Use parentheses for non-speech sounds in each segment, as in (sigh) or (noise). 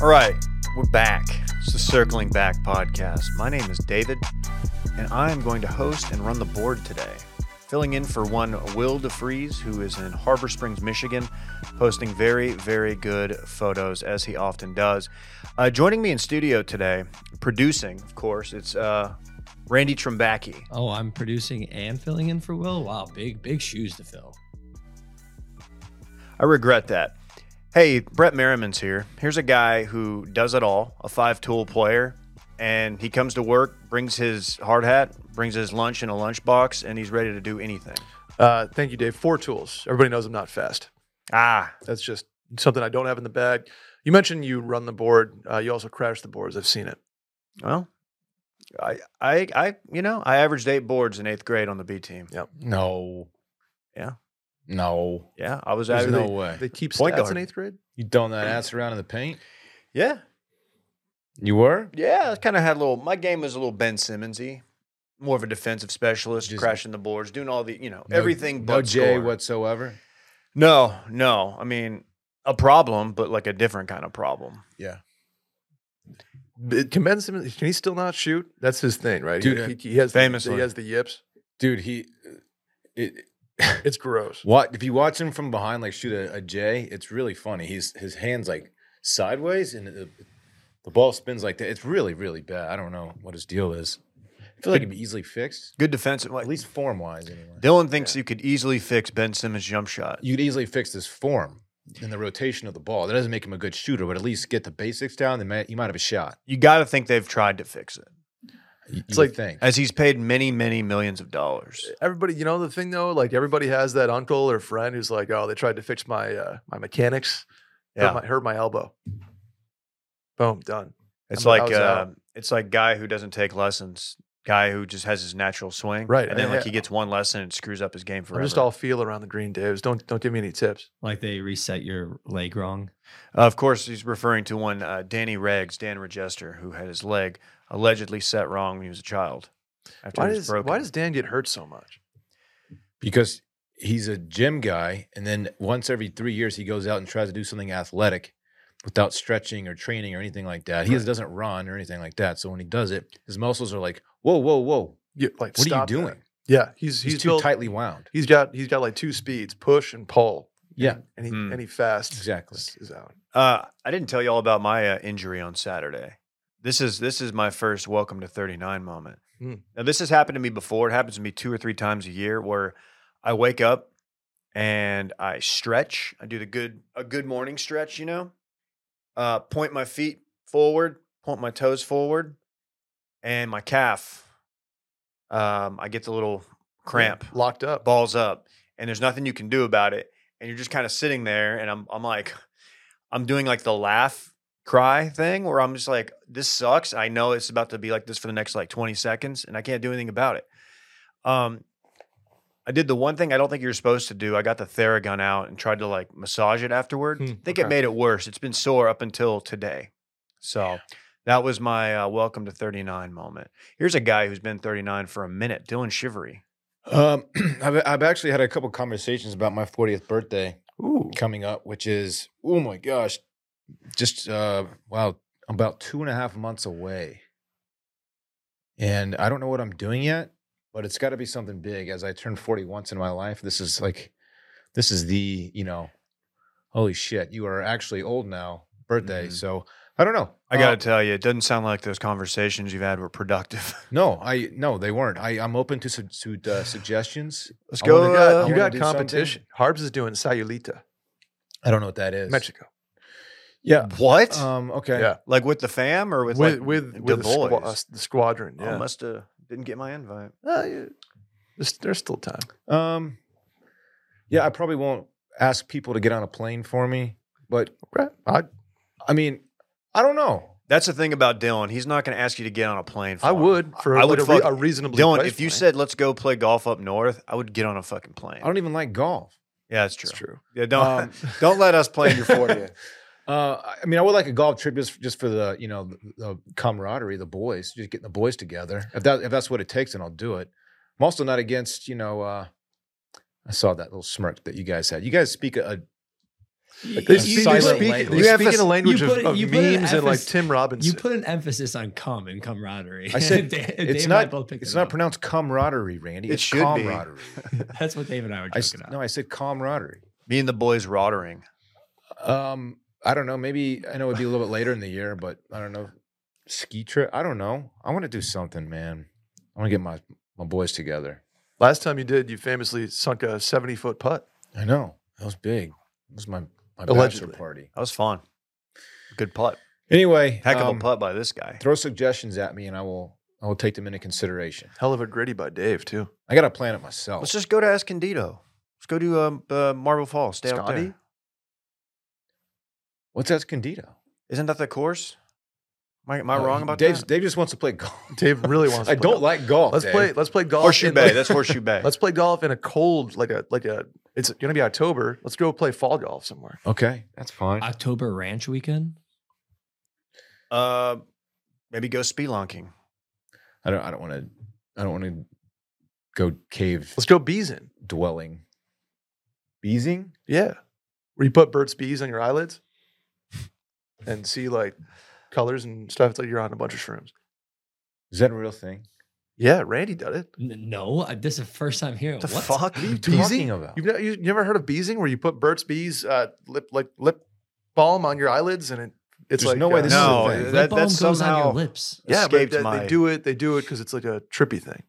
All right, we're back. It's the Circling Back podcast. My name is David, and I am going to host and run the board today, filling in for one Will DeFries, who is in Harbor Springs, Michigan, posting very, very good photos as he often does. Uh, joining me in studio today, producing, of course, it's uh, Randy Trumbacki. Oh, I'm producing and filling in for Will. Wow, big big shoes to fill. I regret that. Hey, Brett Merriman's here. Here's a guy who does it all, a five tool player, and he comes to work, brings his hard hat, brings his lunch in a lunchbox, and he's ready to do anything. Uh, thank you, Dave. Four tools. Everybody knows I'm not fast. Ah, That's just something I don't have in the bag. You mentioned you run the board. Uh, you also crash the boards. I've seen it. well, I, I, I, you know, I averaged eight boards in eighth grade on the B team. No. Yeah. No. Yeah, I was There's averaging. no way. They keep Point stats guard. in eighth grade. You done that ass around in the paint? Yeah, You were? yeah, I kind of had a little. My game was a little Ben Simmonsy, more of a defensive specialist, Just- crashing the boards, doing all the, you know, No- everything but No J score. whatsoever. No, no. I mean, a problem, but like a different kind of problem. B- Can Ben Simmons? Can he still not shoot? That's his thing, right? He- Dude, he, he has famously. The, he has the yips. Dude, he uh, it, It's gross. what if you watch him from behind like shoot a, a J, it's really funny. He's his hands like sideways and uh, the, the ball spins like that. It's really, really bad. I don't know what his deal is. I feel like it'd be easily fixed. Good defensive. Like, At least form wise anyway. Dylan thinks you could easily fix Ben Simmons' jump shot. you could easily fix this form and the rotation of the ball. That doesn't make him a good shooter, but at least get the basics down. They might you might have a shot. You got to think they've tried to fix it, It's like- think. as he's paid many, many millions of dollars. Everybody, you know the thing though. Like everybody has that uncle or friend who's like, "Oh, they tried to fix my uh, my mechanics. Yeah, Hurt, my, hurt my elbow. Boom, done. it's I'm- I like was uh, out. it's like guy who doesn't take lessons, guy who just has his natural swing, Right, And then I- like (laughs) he gets one lesson and screws up his game forever. I'm just all feel around the green, Daves. Don't don't give me any tips. Like they reset your leg wrong. of course, he's referring to one uh, Danny Reggs, Dan Regester, who had his leg allegedly set wrong when he was a child. After Why it was does broken. why does Dan get hurt so much? because he's a gym guy and then once every three years he goes out and tries to do something athletic without stretching or training or anything like that he just doesn't run or anything like that so when he does it his muscles are like whoa whoa whoa Yeah, like stop what are that. you doing Yeah, he's he's, he's, too built- tightly wound He's got he's got like two speeds, push and pull. yeah And he Hmm. and he fast Exactly. is, is out. Uh, I didn't tell you all about my uh, injury on Saturday. This is this is my first welcome to 39 moment. Hmm. Now this has happened to me before. It happens to me two or three times a year where I wake up and I stretch. I do the good a good morning stretch, you know. Uh, point my feet forward, point my toes forward, and my calf. Um, I get the little cramp Locked up. balls up and there's nothing you can do about it and you're just kind of sitting there and I'm I'm like (laughs) I'm doing like the laugh cry thing where I'm just like this sucks I know it's about to be like this for the next like 20 seconds and I can't do anything about it um I did the one thing I don't think you're supposed to do I got the theragun out and tried to like massage it afterward Hmm, I think it okay. made it worse it's been sore up until today so that was my uh, welcome to 39 moment here's a guy who's been 39 for a minute Dylan Shivery um, (clears throat) I've, I've actually had a couple conversations about my 40th birthday Ooh. coming up, which is oh my gosh, just uh, wow, about two and a half months away. And I don't know what I'm doing yet, but it's got to be something big. As I turn 40 once in my life, this is like, this is the you know, holy shit, you are actually old now. Birthday, Mhm. so I don't know. I got Um, to tell you, it doesn't sound like those conversations you've had were productive. (laughs) no, I no, they weren't. I I'm open to, su- to uh, suggestions. Let's I go. you wanna- uh, got, wanna you got do something. competition. Harbs is doing Sayulita, I don't know what that is. Mexico. Yeah. what? Um. Okay. Yeah. like with the fam or with With like, with the with the, squa- boys? uh, s- the squadron. I Yeah. must have didn't get my invite. Uh, yeah. There's, there's still time. Um, yeah, I probably won't ask people to get on a plane for me, but Okay. I, I mean, I don't know. That's the thing about Dylan. He's not going to ask you to get on a plane. For I him. would for I like would a, re- fuck- a reasonably Dylan, priced if you plane. said let's go play golf up north, I would get on a fucking plane. I don't even (laughs) like golf. yeah, that's true. it's true. Yeah, don't Um, (laughs) don't let us play in (laughs) your 40th. Uh, I- I mean, I would like a golf trip just just for the you know the, the camaraderie, the boys, just getting the boys together. If that if that's what it takes, then I'll do it. I'm also not against you know. Uh, I saw that little smirk that you guys had. You guys speak a, a They a speak, they silent speak, language. they You speak have a- in a language put- of, of you put an memes and like emphasis- Tim Robinson. You put an emphasis on cum and camaraderie. I (laughs) said, Dave- it's Dave and I not- both picked It's that not up. pronounced camaraderie, Randy. It it's should be. (laughs) camaraderie. That's what Dave and I were I s- joking about. no, I said camaraderie. Me and the boys rottering. Um, I don't know. Maybe I know it'd be a little bit later in the year, but I don't know. Ski trip. I don't know. I want to do something, man. I want to get my my boys together. Last time you did, you famously sunk a 70 foot putt. I know that was big. That was my my Allegedly. bachelor party. That was fun. Good putt. Anyway, Heck of um, a putt by this guy. Throw suggestions at me, and I will I will take them into consideration. Hell of a gritty by Dave, too. I got to plan it myself. Let's just go to Escondido. Let's go to um, uh, Marble Falls. Stay out Scotty? there. What's Escondido? Isn't that the course? Am I, am I Uh, wrong about Dave's, that? Dave just wants to play golf. Dave really (laughs) wants to I play don't golf. like golf. Let's Dave. play let's play golf. Horseshoe in, Bay. like- That's Horseshoe Bay. Let's play golf in a cold, like a like a it's gonna be October. Let's go play fall golf somewhere. Okay, that's fine. October Ranch weekend. uh, maybe go spelunking. I don't. I don't want to. I don't want to go cave Let's go bees in. dwelling. Beezing? Yeah. Where you put Burt's bees on your eyelids and see like colors and stuff. It's like you're on a bunch of shrooms. Is that a real thing? Yeah, Randy did it. N- No, I- this is the first time here. The what? fuck? (gasps) What are you Beezing? talking about? You've never, you you never heard of beezing where you put Burt's bees uh, lip like lip balm on your eyelids and it it's There's like no way uh, this is no, the thing. that, Lip balm that goes on somehow your lips. yeah, but escaped they, my. they do it. They do it because it's like a trippy thing.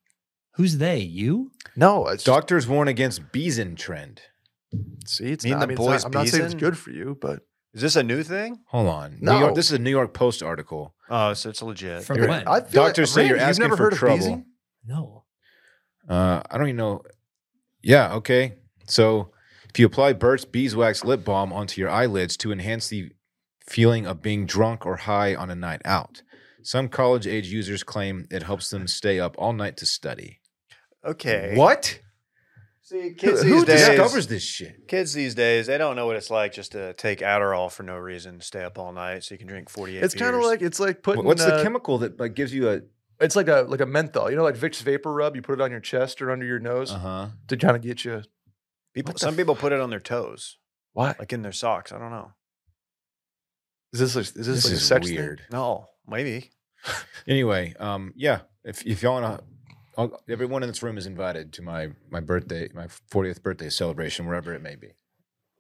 Who's they? You? No, uh, it's just, Doctors warn against beezing trend. see, it's Me and not, I the mean, it's not- boys I'm not saying it's beezing? good for you, but Is this a new thing? Hold on. New No. York, this is a New York Post article. Oh, so it's legit. From You're- when? I feel Doctors say Randy, you're you've asking never for heard of trouble. beezing? no. Uh, I don't even know. Yeah, okay. So if you apply Burt's beeswax lip balm onto your eyelids to enhance the feeling of being drunk or high on a night out, some college age users claim it helps them stay up all night to study. Okay. What? See, Who, kids these days. discovers this shit? Kids these days, they don't know what it's like just to take Adderall for no reason, stay up all night so you can drink 48 It's kind of beers. like it's like putting. What's the uh, chemical that like gives you a It's like a like a menthol. You know, like Vicks vapor rub. You put it on your chest or under your nose uh huh? to kind of get you. people, What the some people put it on their toes, Why like in their socks. I don't know. is this? Like, is this, This like is a sex thing? weird. No, maybe. Anyway, um, yeah. If if y'all wanna, all, everyone in this room is invited to my my birthday, my fortieth birthday celebration, wherever it may be.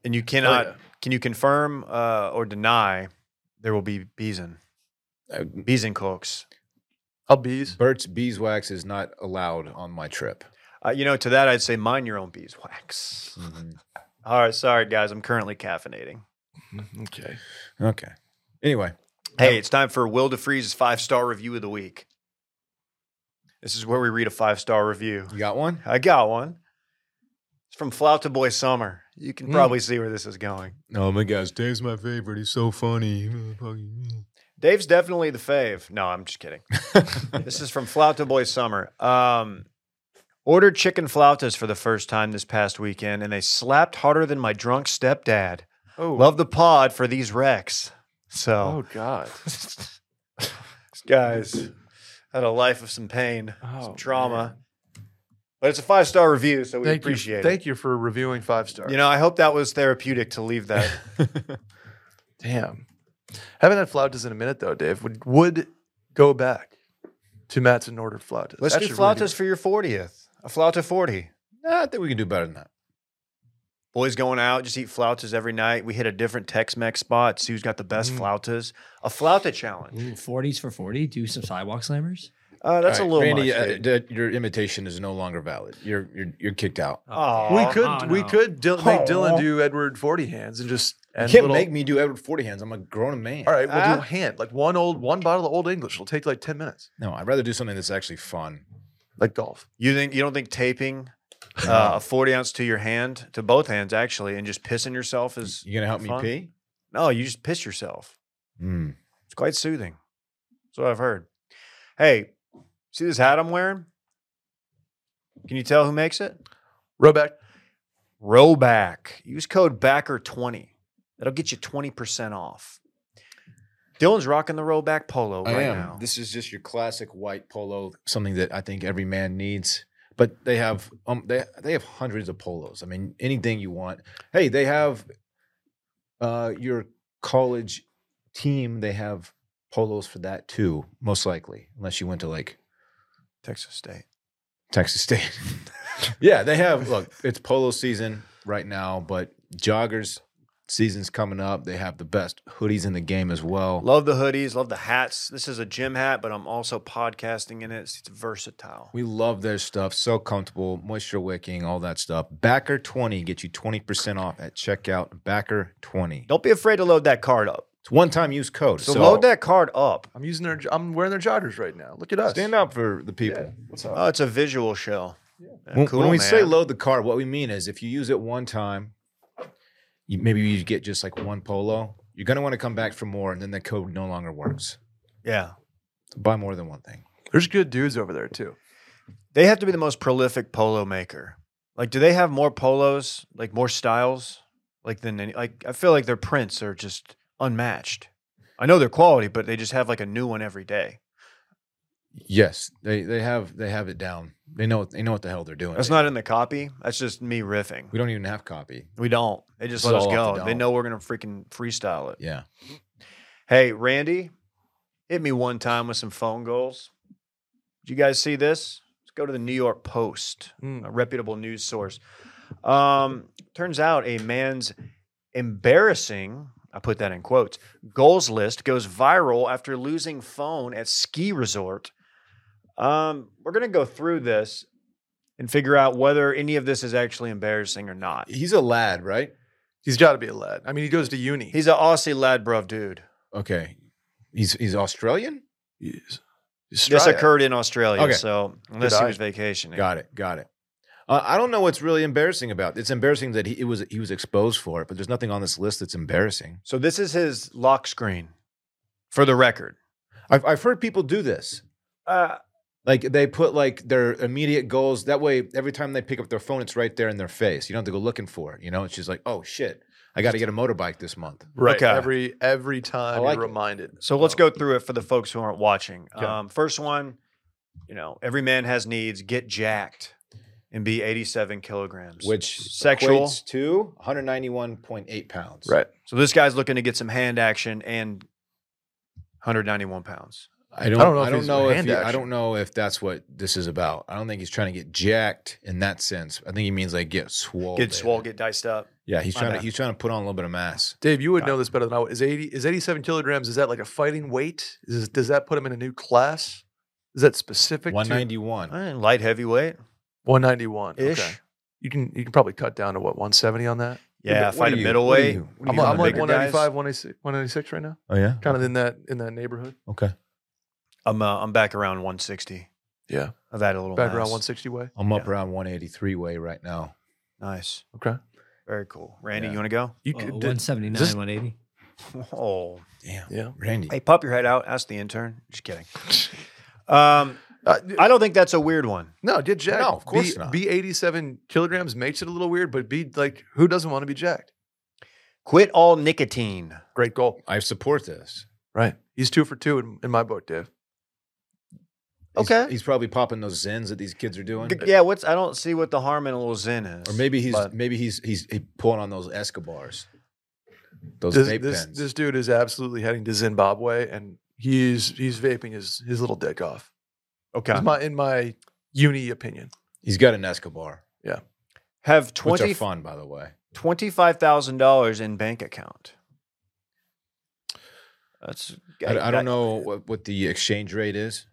And you Oh, cannot, yeah. can you confirm uh, or deny there will be bees in, Uh, bees in cooks? I'll bees. Burt's beeswax is not allowed on my trip. Uh, you know, to that, I'd say mind your own beeswax. All right, sorry, guys. I'm currently caffeinating. Mm-hmm, Okay. Okay. Anyway, Hey, it's time for Will DeFreeze's five star review of the week. This is where we read a five star review. you got one? I got one. It's from Flauta Boy Summer. You can Mm. probably see where this is going. Oh my gosh, Dave's my favorite. He's so funny. Dave's definitely the fave. No, I'm just kidding. this is from Flauta Boy Summer. Um, ordered chicken flautas for the first time this past weekend, and they slapped harder than my drunk stepdad. Oh. Love the pod for these wrecks. So, Oh God. (laughs) guys, had a life of some pain, Oh, some trauma, but it's a five star review, so we Thank appreciate you. it. Thank you for reviewing five star. You know, I hope that was therapeutic to leave (laughs) that. Damn. Haven't had flautas in a minute though, Dave. Would would go back to Matt's and order flautas. Let's That do should really flautas for your 40th. A flauta 40. Nah, I think we can do better than that. Boys going out, just eat flautas every night. We hit a different Tex Mex spot. Sue's got the best Mm. flautas. A flauta challenge. Ooh, 40s for 40? Do some sidewalk slammers? Uh, that's All a right, little Randy, much. uh, dude. that- your imitation is no longer valid. You're you're you're kicked out. Aw. We could oh, we no. could Dil- make Aw. Dylan do Edward Forty Hands and just You and can't little- make me do Edward Forty Hands. I'm a grown man. All right, we'll Ah. do hand like one old one bottle of Old English. It'll take like ten minutes, No, I'd rather do something that's actually fun. like golf. You think you don't think taping uh, a forty ounce to your hand, to both hands actually, and just pissing yourself is You gonna help me fun. Hmm. pee? no, you just piss yourself. Mm. It's quite soothing. That's what I've heard. Hey, see this hat I'm wearing? Can you tell who makes it? Roback, Roback. Use code Backer20. E That'll get you 20% off. Dylan's rocking the Roback polo I right am. now. This is just your classic white polo, something that I think every man needs. But they have um they they have hundreds of polos. I mean, anything you want. Hey, they have uh, your college team, they have polos for that too, most likely, unless you went to like Texas State. Texas State. (laughs) yeah, they have. Look, it's polo season right now, but joggers season's coming up. They have the best hoodies in the game as well. Love the hoodies, love the hats. This is a gym hat, but I'm also podcasting in it. It's versatile. We love their stuff. So comfortable, moisture wicking, all that stuff. Backer 20 gets you 20% off at checkout. Backer 20. Don't be afraid to load that card up. It's one time use code. So, load that card up. I'm using their. I'm wearing their joggers right now. Look at us. Stand up for the people. Yeah, What's up? Oh, it's a visual show. Yeah, When, cool, when we say man. load the cart, what we mean is if you use it one time, you, maybe you get just like one polo. You're going to want to come back for more, and then the code no longer works. yeah, Buy more than one thing. There's good dudes over there too. they have to be the most prolific polo maker. Like, do they have more polos, like more styles, like than any? Like, I feel like their prints are just unmatched. I know their quality, but they just have like a new one every day. Yes, they they have they have it down. They know they know what the hell they're doing. That's They- not in the copy. That's just me riffing. We don't even have copy. We don't. They just It's let us all off the go. They dome. know we're gonna freaking freestyle it. Yeah. Hey, Randy, hit me one time with some phone goals. Did you guys see this? Let's go to the New York Post, Mm. a reputable news source. Um, turns out a man's embarrassing, I put that in quotes, goals list goes viral after losing phone at ski resort. Um, we're going to go through this and figure out whether any of this is actually embarrassing or not. He's a lad, right? He's got to be a lad. I mean, he goes to uni. He's an Aussie lad, bruv, dude. Okay. He's he's Australian? He's- This Australia. occurred in Australia, Okay. so unless he eye. was vacationing. Got it. Got it. Uh, I don't know what's really embarrassing about. It's embarrassing that he it was he was exposed for it, but there's nothing on this list that's embarrassing. So this is his lock screen, for the record. I've I've heard people do this. Uh, Like they put like their immediate goals. That way, every time they pick up their phone, it's right there in their face. You don't have to go looking for it. You know, it's just like, oh shit, I got to get a motorbike this month. right. Okay. Every every time like it. you're reminded. so let's go through it for the folks who aren't watching. Okay. Um, first one, you know, every man has needs. Get jacked and be 87 kilograms. Which Sexual. equates to 191.8 pounds. Right. so this guy's looking to get some hand action and 191 pounds. I I don't, don't know if I don't he's know if hand he- I action. don't know if that's what this is about. I don't think he's trying to get jacked in that sense. I think he means like get swole. Get baby. swole, get diced up. Yeah, he's My trying to bad. he's trying to put on a little bit of mass. Dave, you would know this better than I would. Is eighty is eighty seven kilograms? Is that like a fighting weight? Is does that put him in a new class? Is that specific? One ninety one. Eh, Light heavyweight One ninety one. ish. Okay. You can you can probably cut down to what one seventy on that. Yeah, What fight are a you- middleweight. what are you- what are I'm, you on I'm the like bigger 195, guys? 196, 196 right now. Oh yeah. Kind of in that in that neighborhood. Okay. I'm uh, I'm back around 160. Yeah, I've added a little back around mass. 160 way. I'm up Yeah. around one eighty three way right now. Nice, Okay, very cool. Randy, Yeah. you want to go? (laughs) you Oh, could. 179, this- 180. Oh. Damn. yeah, Randy. Hey, pop your head out. Ask the intern. Just kidding. (laughs) Um, Uh, I don't think that's a weird one. no, get jacked. No, of course B, not. B eighty seven kilograms makes it a little weird, but B like who doesn't want to be jacked? Quit all nicotine. Great goal, I support this. right? He's two for two in, in my book, Dave. He's- Okay. He's, probably popping those zins that these kids are doing. G- Yeah, what's I don't see what the harm in a little zen is. Or maybe he's But- maybe he's he's he pulling on those Escobars. Those this, vape this, pens. this dude is absolutely heading to Zimbabwe, and he's he's vaping his his little dick off. okay. Is my- in my uni opinion, he's got an Escobar. Have Which are 20, fun, by the way. $25,000 in bank account. That's I, I don't know what, what the exchange rate is.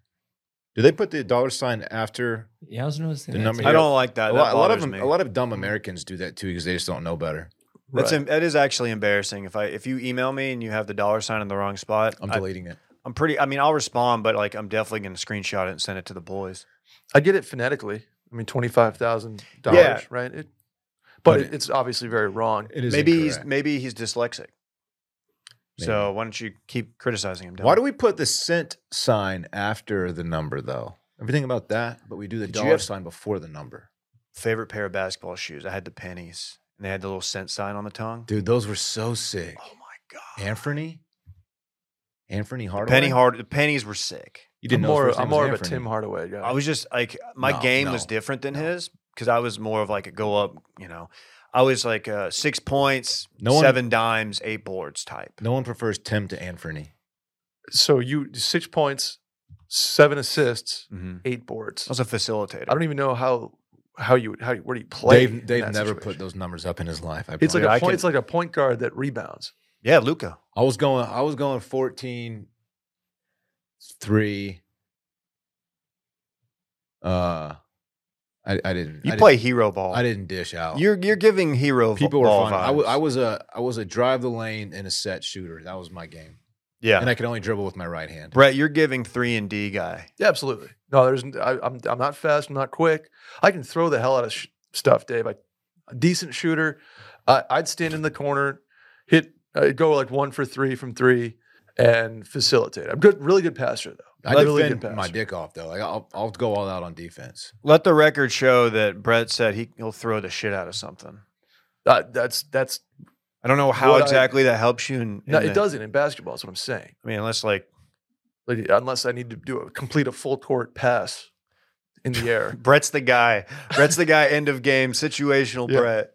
Do they put the dollar sign after? Yeah, I was noticing The that number too. I don't like A Uh, that. lot, That a lot of bothers them, me. a lot of dumb Americans do that too because they just don't know better. That's Right. em- that is actually embarrassing. If I if you email me and you have the dollar sign in the wrong spot, I'm I, deleting it. I'm pretty. I mean, I'll respond, but like I'm definitely going to screenshot it and send it to the boys. I get it phonetically. I mean, twenty five thousand Yeah. dollars, right? It, but But it, it- it's obviously very wrong. It is maybe he's incorrect. maybe he's dyslexic. So why don't you keep criticizing him? Why do we put the cent sign after the number though? Everything about that, but we do the Did you dollar have- sign before the number. favorite pair of basketball shoes? I had the pennies, and they had the little cent sign on the tongue. Dude, those were so sick. Oh my god! Anthony, Anthony Hardaway. Penny hard. The pennies were sick. You I'm didn't know his more, first name I'm was more of a Anthony. Tim Hardaway guy. I was just like my No, game was no, different than no. his because I was more of like a go up. You know, I was like uh, six points, No one- seven dimes, eight boards type. No one prefers Tim to Anthony. So you six points, seven assists, Mhm. eight boards. I was a facilitator. I don't even know how how you how you, where do you play? Dave, in Dave that never put situation? those numbers up in his life. I It's like promise. a I point, can- it's like a point guard that rebounds. yeah, Luca. I was going I was going 14 3 uh I, I didn't You I play didn't, hero ball. I didn't dish out. You're you're giving hero v- People were ball fun. I wa- vibes. I was a I was a drive the lane and a set shooter. That was my game. yeah. And I could only dribble with my right hand. Brett, you're giving three and D guy. Yeah, absolutely. No, there's n- I, am I'm not fast. I'm not quick. I can throw the hell out of sh- stuff, Dave. I, a decent shooter. I, I'd stand in the corner, hit, uh, go like one for three from three, and facilitate. I'm good, really good passer though. I Like really defend good my passer. dick off though. Like, I'll I'll go all out on defense. Let the record show that Brett said he, he'll throw the shit out of something. Uh, that's that's I don't know how What I- exactly that helps you. In, in no, the- it doesn't in basketball. Is what I'm saying. I mean, unless like Like unless I need to do a complete a full court pass in the (laughs) air. Brett's the guy. Brett's the guy. End of game. Situational Yeah. Brett,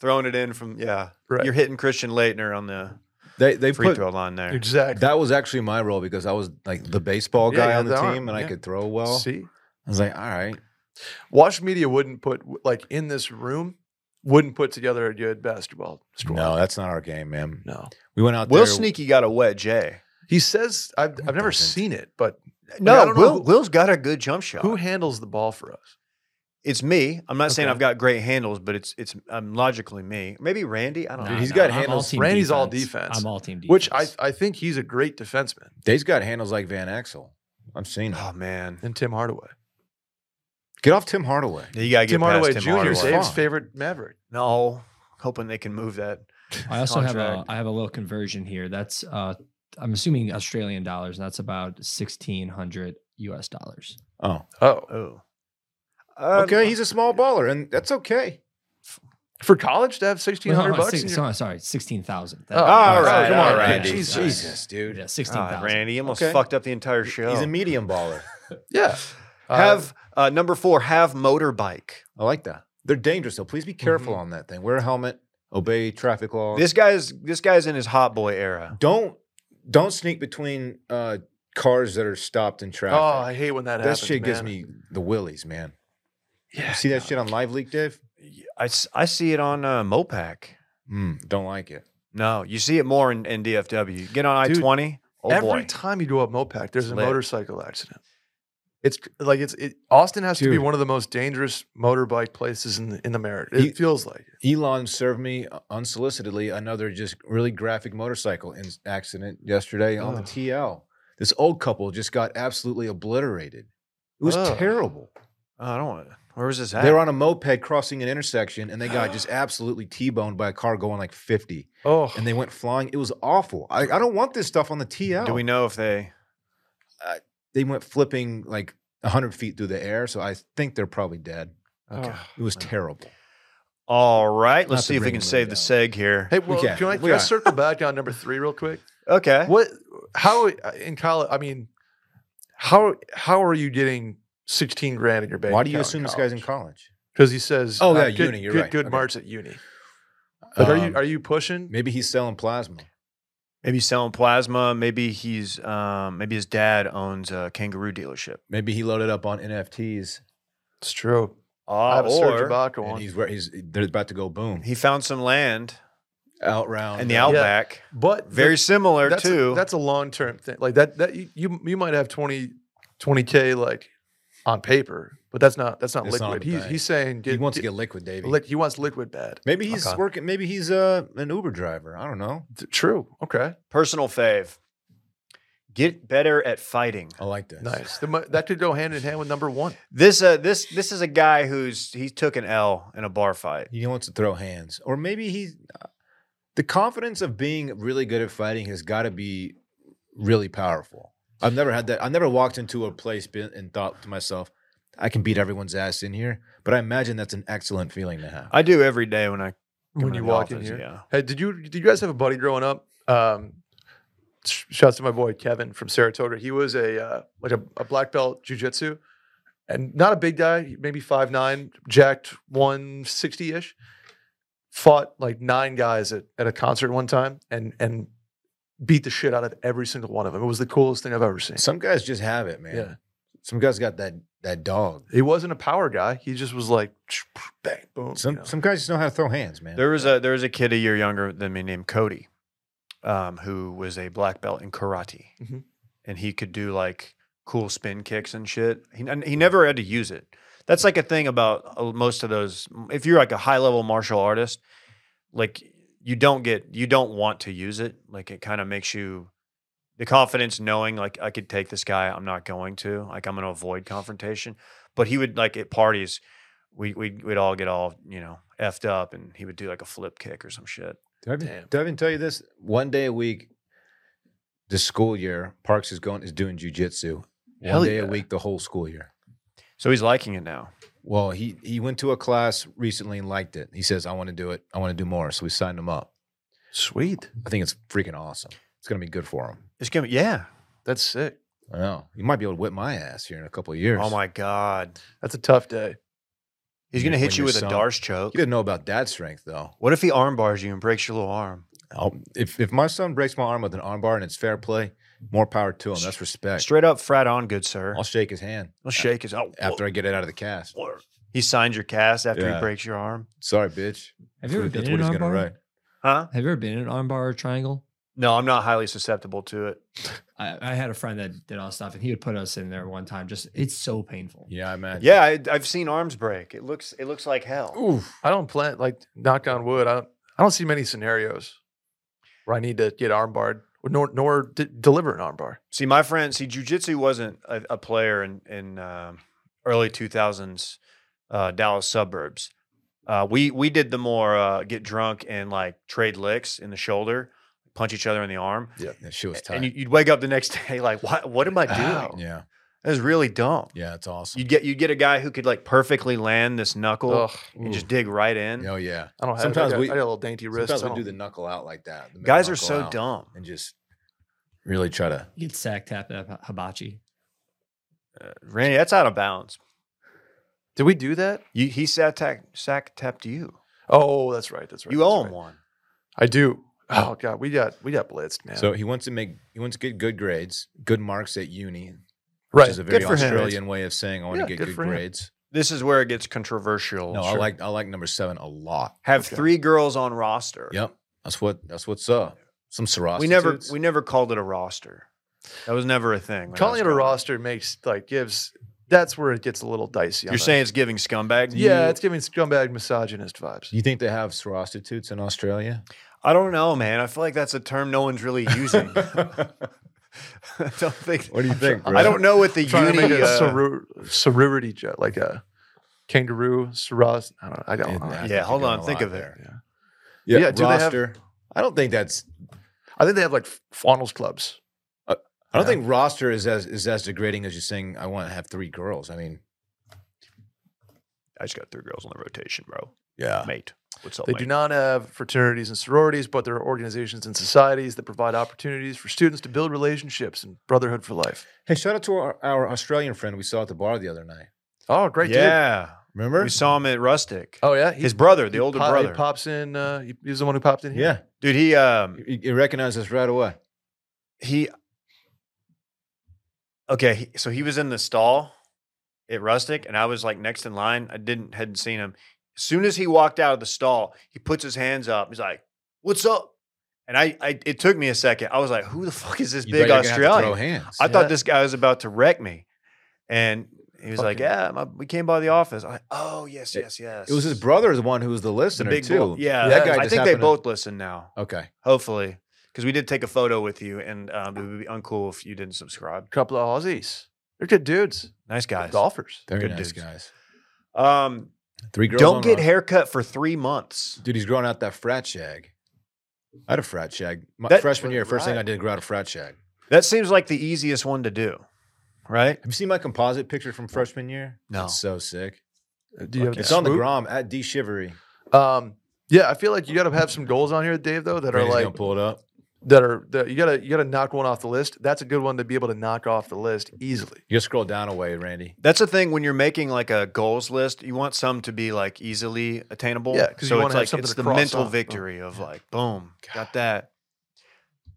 throwing it in from yeah. Right. You're hitting Christian Leitner on the They they free put throw line there. exactly. that was actually my role because I was like the baseball Yeah, guy you had on the, the team arm, and I yeah. could throw well. See, I was like, all right. Wash Media wouldn't put like in this room wouldn't put together a good basketball squad. No, that's not our game, man. No. We went out Will there. Sneaky got a wet J. He says I've, I've never doesn't? seen it, but I No, don't know Will, who- Will's got a good jump shot. who handles the ball for us? it's me. I'm not saying Okay. I've got great handles, but it's it's um, logically me. Maybe Randy. I don't Nah, Dude, know. he's nah, got I'm all handles. team Randy's all defense, I'm all team defense. Which I I think he's a great defenseman Dave's got handles like Van Axel. I've seen him. Oh man, and Tim Hardaway. Get off Tim Hardaway. Yeah, you gotta get Tim past Hardaway Tim Jr. is Hardaway. Dave's Fine. favorite Maverick. No, hoping they can move that. I also have a contract. I have a little conversion here. That's uh I'm assuming Australian dollars, and that's about sixteen hundred US dollars. Oh, Um, Oh, Oh, okay. He's a small baller, and that's okay. for college to have sixteen Well, no, hundred no, bucks. six- in your- sorry, sorry, sixteen thousand. Oh, all oh, right, come all on, right. Randy. Jesus, Sorry. Jesus, dude. Yeah, sixteen Ah, thousand. Randy you almost Okay. fucked up the entire show. He's a medium baller. yeah. Uh, have uh, number four. Have motorbike. I like that. They're dangerous, though. Please be careful on that thing. Wear a helmet. Obey traffic laws. This guy's this guy's in his hot boy era. don't don't sneak between uh, cars that are stopped in oh, traffic. I hate when that, that happens. shit gives man. me the willies, man. Yeah. You see that shit on Live Leak, Dave? I, s- I see it on uh, Mopac. Mm, don't like it. No, you see it more in, in DFW. Get on I Dude, twenty. Oh Every boy, time you go up Mopac, there's It's a lit. motorcycle accident. It's c- like it's it, Austin has to be Dude. one of the most dangerous motorbike places in the, in America. It You- feels like it. Elon served me uh, unsolicitedly another just really graphic motorcycle in- accident yesterday on the Ugh. TL. This old couple just got absolutely obliterated. It was Ugh. terrible. Oh, I don't. want- Where was this at? They were on a moped crossing an intersection and they got just absolutely T-boned by a car going like 50 Oh, and they went flying. It was awful. I, I don't want this stuff on the TL. Do we know if they? they went flipping like 100 feet through the air. So I think they're probably dead. Okay. Ugh. It was Wow. terrible. All right, Not let's to see if we bring can the mood save the down. seg here. Hey, well, can. can I, We can I are. circle back on number three real quick? Okay, What? How uh, in college? I mean, how how are you getting sixteen grand in your bank? Why do you assume this guy's in college? Because he says, Oh, uh, yeah, good, uni, you're good, right. Good Okay. marks at uni. Like, are Um, you are you pushing? maybe he's selling plasma. maybe he's selling plasma. Maybe he's um, maybe his dad owns a kangaroo dealership. Maybe he loaded up on NFTs It's true. I Uh, have a Serge or Ibaka and one. he's where he's they're about to go boom he found some land out round in the uh, out- outback. but Very that- similar that's too. A, that's a long term thing. Like that that you you, you might have 20 k like on paper, but that's not that's not It's not liquid. in the he's bank. he's saying He wants to get liquid, Davey. li- he wants liquid bad. maybe he's Okay. working. Maybe he's uh, an Uber driver. I don't know. Th- True. Okay. personal fave. Get better at fighting. I like this. Nice. The mo- that could go hand in hand with number one. This uh this this is a guy who's he took an L in a bar fight. He wants to throw hands, or maybe he's uh, the confidence of being really good at fighting has got to be really powerful. I've never had that. I never walked into a place been- and thought to myself, "I can beat everyone's ass in here." But I imagine that's an excellent feeling to have. I do every day when I come when into you the walk in office, here. Yeah. Hey, did you did you guys have a buddy growing up? Um, sh- shouts to my boy Kevin from Saratoga. He was a uh, like a, a black belt jujitsu, and not a big guy, maybe five nine, jacked one sixty ish. fought like nine guys at, at a concert one time and and beat the shit out of every single one of them. It was the coolest thing I've ever seen. Some guys just have it, man. Yeah. Some guys got that that dog. He wasn't a power guy. He just was like bang boom. you Some know. some guys just know how to throw hands, man. There was a there was a kid a year younger than me named Cody, um, who was a black belt in karate, Mhm. and he could do like cool spin kicks and shit. He and he never had to use it. That's like a thing about uh, most of those. If you're like a high level martial artist, like you don't get you don't want to use it. Like it kind of makes you the confidence knowing like I could take this guy. I'm not going to like I'm going to avoid confrontation. But he would like at parties we we'd, we'd all get all you know effed up, and he would do like a flip kick or some shit. Did I, even, Damn. did I even tell you this? One day a week, this school year, Parks is going is doing jujitsu. One Hell day a yeah. week, the whole school year. So he's liking it now. Well, he he went to a class recently and liked it. He says, "I want to do it. I want to do more." So we signed him up. Sweet. I think it's freaking awesome. It's gonna be good for him. It's gonna yeah. That's sick. I know. You might be able to whip my ass here in a couple of years. Oh my god, That's a tough day. he's When gonna you- hit when you you're with a sunk. darce choke. He didn't know about dad strength though. What if he arm bars you and breaks your little arm? I'll, if if my son breaks my arm with an armbar and it's fair play, more power to him. That's respect. Straight up, frat on, good sir. I'll shake his hand I'll shake his. Oh, after I get it out of the cast. whoa. he signs your cast after he Yeah. breaks your arm, Sorry, bitch. Have you ever That's been in what an he's gonna armbar? write. huh? Have you ever been in an armbar or triangle? No, I'm not highly susceptible to it. I, I had a friend that did all this stuff, and he would put us in there one time. Just it's so painful. Yeah, I imagine. Yeah, I, I've seen arms break. It looks it looks like hell. Oof. I don't plan like knock on wood. I don't. I don't see many scenarios where I need to get armbarred, nor nor d- deliver an armbar. See, my friend, see, jujitsu wasn't a, a player in in um early 2000s uh, Dallas suburbs. Uh, we we did the more uh, get drunk and like trade licks in the shoulder, punch each other in the arm, Yeah, that shit was tight. and you- you'd wake up the next (laughs) day like, what what am I doing? Ow. yeah, That was really dumb. yeah, it's awesome. You'd get you'd get a guy who could like perfectly land this knuckle Ugh, and just dig right in. oh yeah. I don't have. Sometimes Sometimes I got, we- I got a little dainty wrist. Sometimes I we do don't- the knuckle out like that. the middle Guys are knuckle so out, dumb. and just really try to. You get sack tapped at hib- hibachi. Uh, Randy, that's out of bounds. Did we do that? You, he sack tack- sack tapped you. Oh, that's right. That's right. You that's owe him right. one. I do. Oh god, we got we got blitzed, man. So he wants to make he wants to get good grades, good marks at uni, which right. is a very for him. Australian way of saying I want Yeah, to get good good, for him. grades. This is where it gets controversial. No, I Sure. like I like number seven a lot. have Okay. three girls on roster. Yep, that's what that's what's up. Some Syrah. We never we never called it a roster. That was never a thing. when I was Calling it a growing up. roster makes like gives. That's where it gets a little dicey. on You're us. saying it's giving scumbag? yeah, it's giving scumbag misogynist vibes. Do you think they have prostitutes in (laughs) Australia? I don't know, man. I feel like that's a term no one's really (laughs) using. (laughs) I don't think. What do you think? I I don't know what the Trying to uni. make a uh, soror- sorority joke, like a kangaroo, soros. I don't. I don't. Yeah, hold on, think of it. Yeah, Yeah, do they have- roster. I don't think that's. I think they have like funnels clubs. I don't Yeah. think roster is as is as degrading as you saying I want to have three girls. I mean, I just got three girls on the rotation, bro. yeah, Mate, Oh, what's up? They mate? do not have fraternities and sororities, but there are organizations and societies that provide opportunities for students to build relationships and brotherhood for life. Hey, shout out to our, our Australian friend we saw at the bar the other night. Oh, great dude! Yeah, Remember? we saw him at Rustic. Oh yeah, he- His brother, the he older pop- brother, he pops in. Uh, he, he's the one who popped in. Here. yeah, dude. He um you, you recognize us right away. he. Okay, he- so he was in the stall at Rustic, and I was like next in line. I didn't hadn't seen him. As soon as he walked out of the stall, he puts his hands up. He's like, "What's up?" And I, I it took me a second. I was like, "Who the fuck is this You big thought you were gonna have to Australian?" Throw hands. I Yeah. thought this guy was about to wreck me, and he was like, Fucking- "Yeah, my, we came by the office." I oh yes, It- yes, yes. it was his brother, the one who was the the listener big too. bull- Yeah, That that guy guy. I just think they happened to- both listen now, Okay. hopefully, because we did take a photo with you, and um, it would be uncool if you didn't subscribe. couple of Aussies. They're good dudes. Nice Good guys. golfers. Very Good nice dudes. guys. Um, Three girls. don't on get roster. haircut for three months. Dude, he's growing out that frat shag. I had a frat shag. My That- freshman year, first thing right. I did, grow out a frat shag. That seems like the easiest one to do, right? Have you seen my composite picture from freshman year? No. It's so sick. Do you have It's on the swoop? Grom at D Shivery. Um, yeah, I feel like you got to have some goals on here, Dave. Though that Randy's are gonna like pull it up. that are that you gotta you gotta knock one off the list. That's a good one to be able to knock off the list easily. You scroll down away, Randy. That's the thing when you're making like a goals list, you want some to be like easily attainable. Yeah, 'cause you so wanna it's have like something it's to the cross mental off. Oh, victory of like, boom, got that.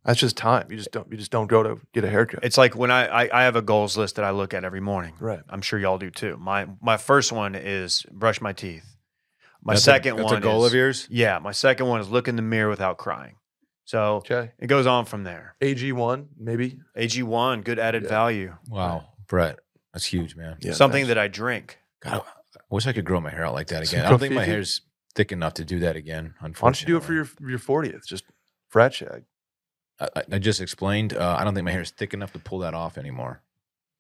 That's just time. You just don't you just don't go to get a haircut. It's like when I, I I have a goals list that I look at every morning. right. I'm sure y'all do too. My my first one is brush my teeth. My That's a- second that's one a goal is of yours. yeah. My second one is look in the mirror without crying. So Okay. it goes on from there. AG one maybe. AG one, good added Yeah. value. Wow, Brett, that's huge, man. Something that I drink. God, I wish I could grow my hair out like that Some again. I don't think my graffiti? hair's thick enough to do that again. Unfortunately, Why don't you do it for your your fortieth? Just frat shag. I, I- I just explained. Uh, I don't think my hair is thick enough to pull that off anymore.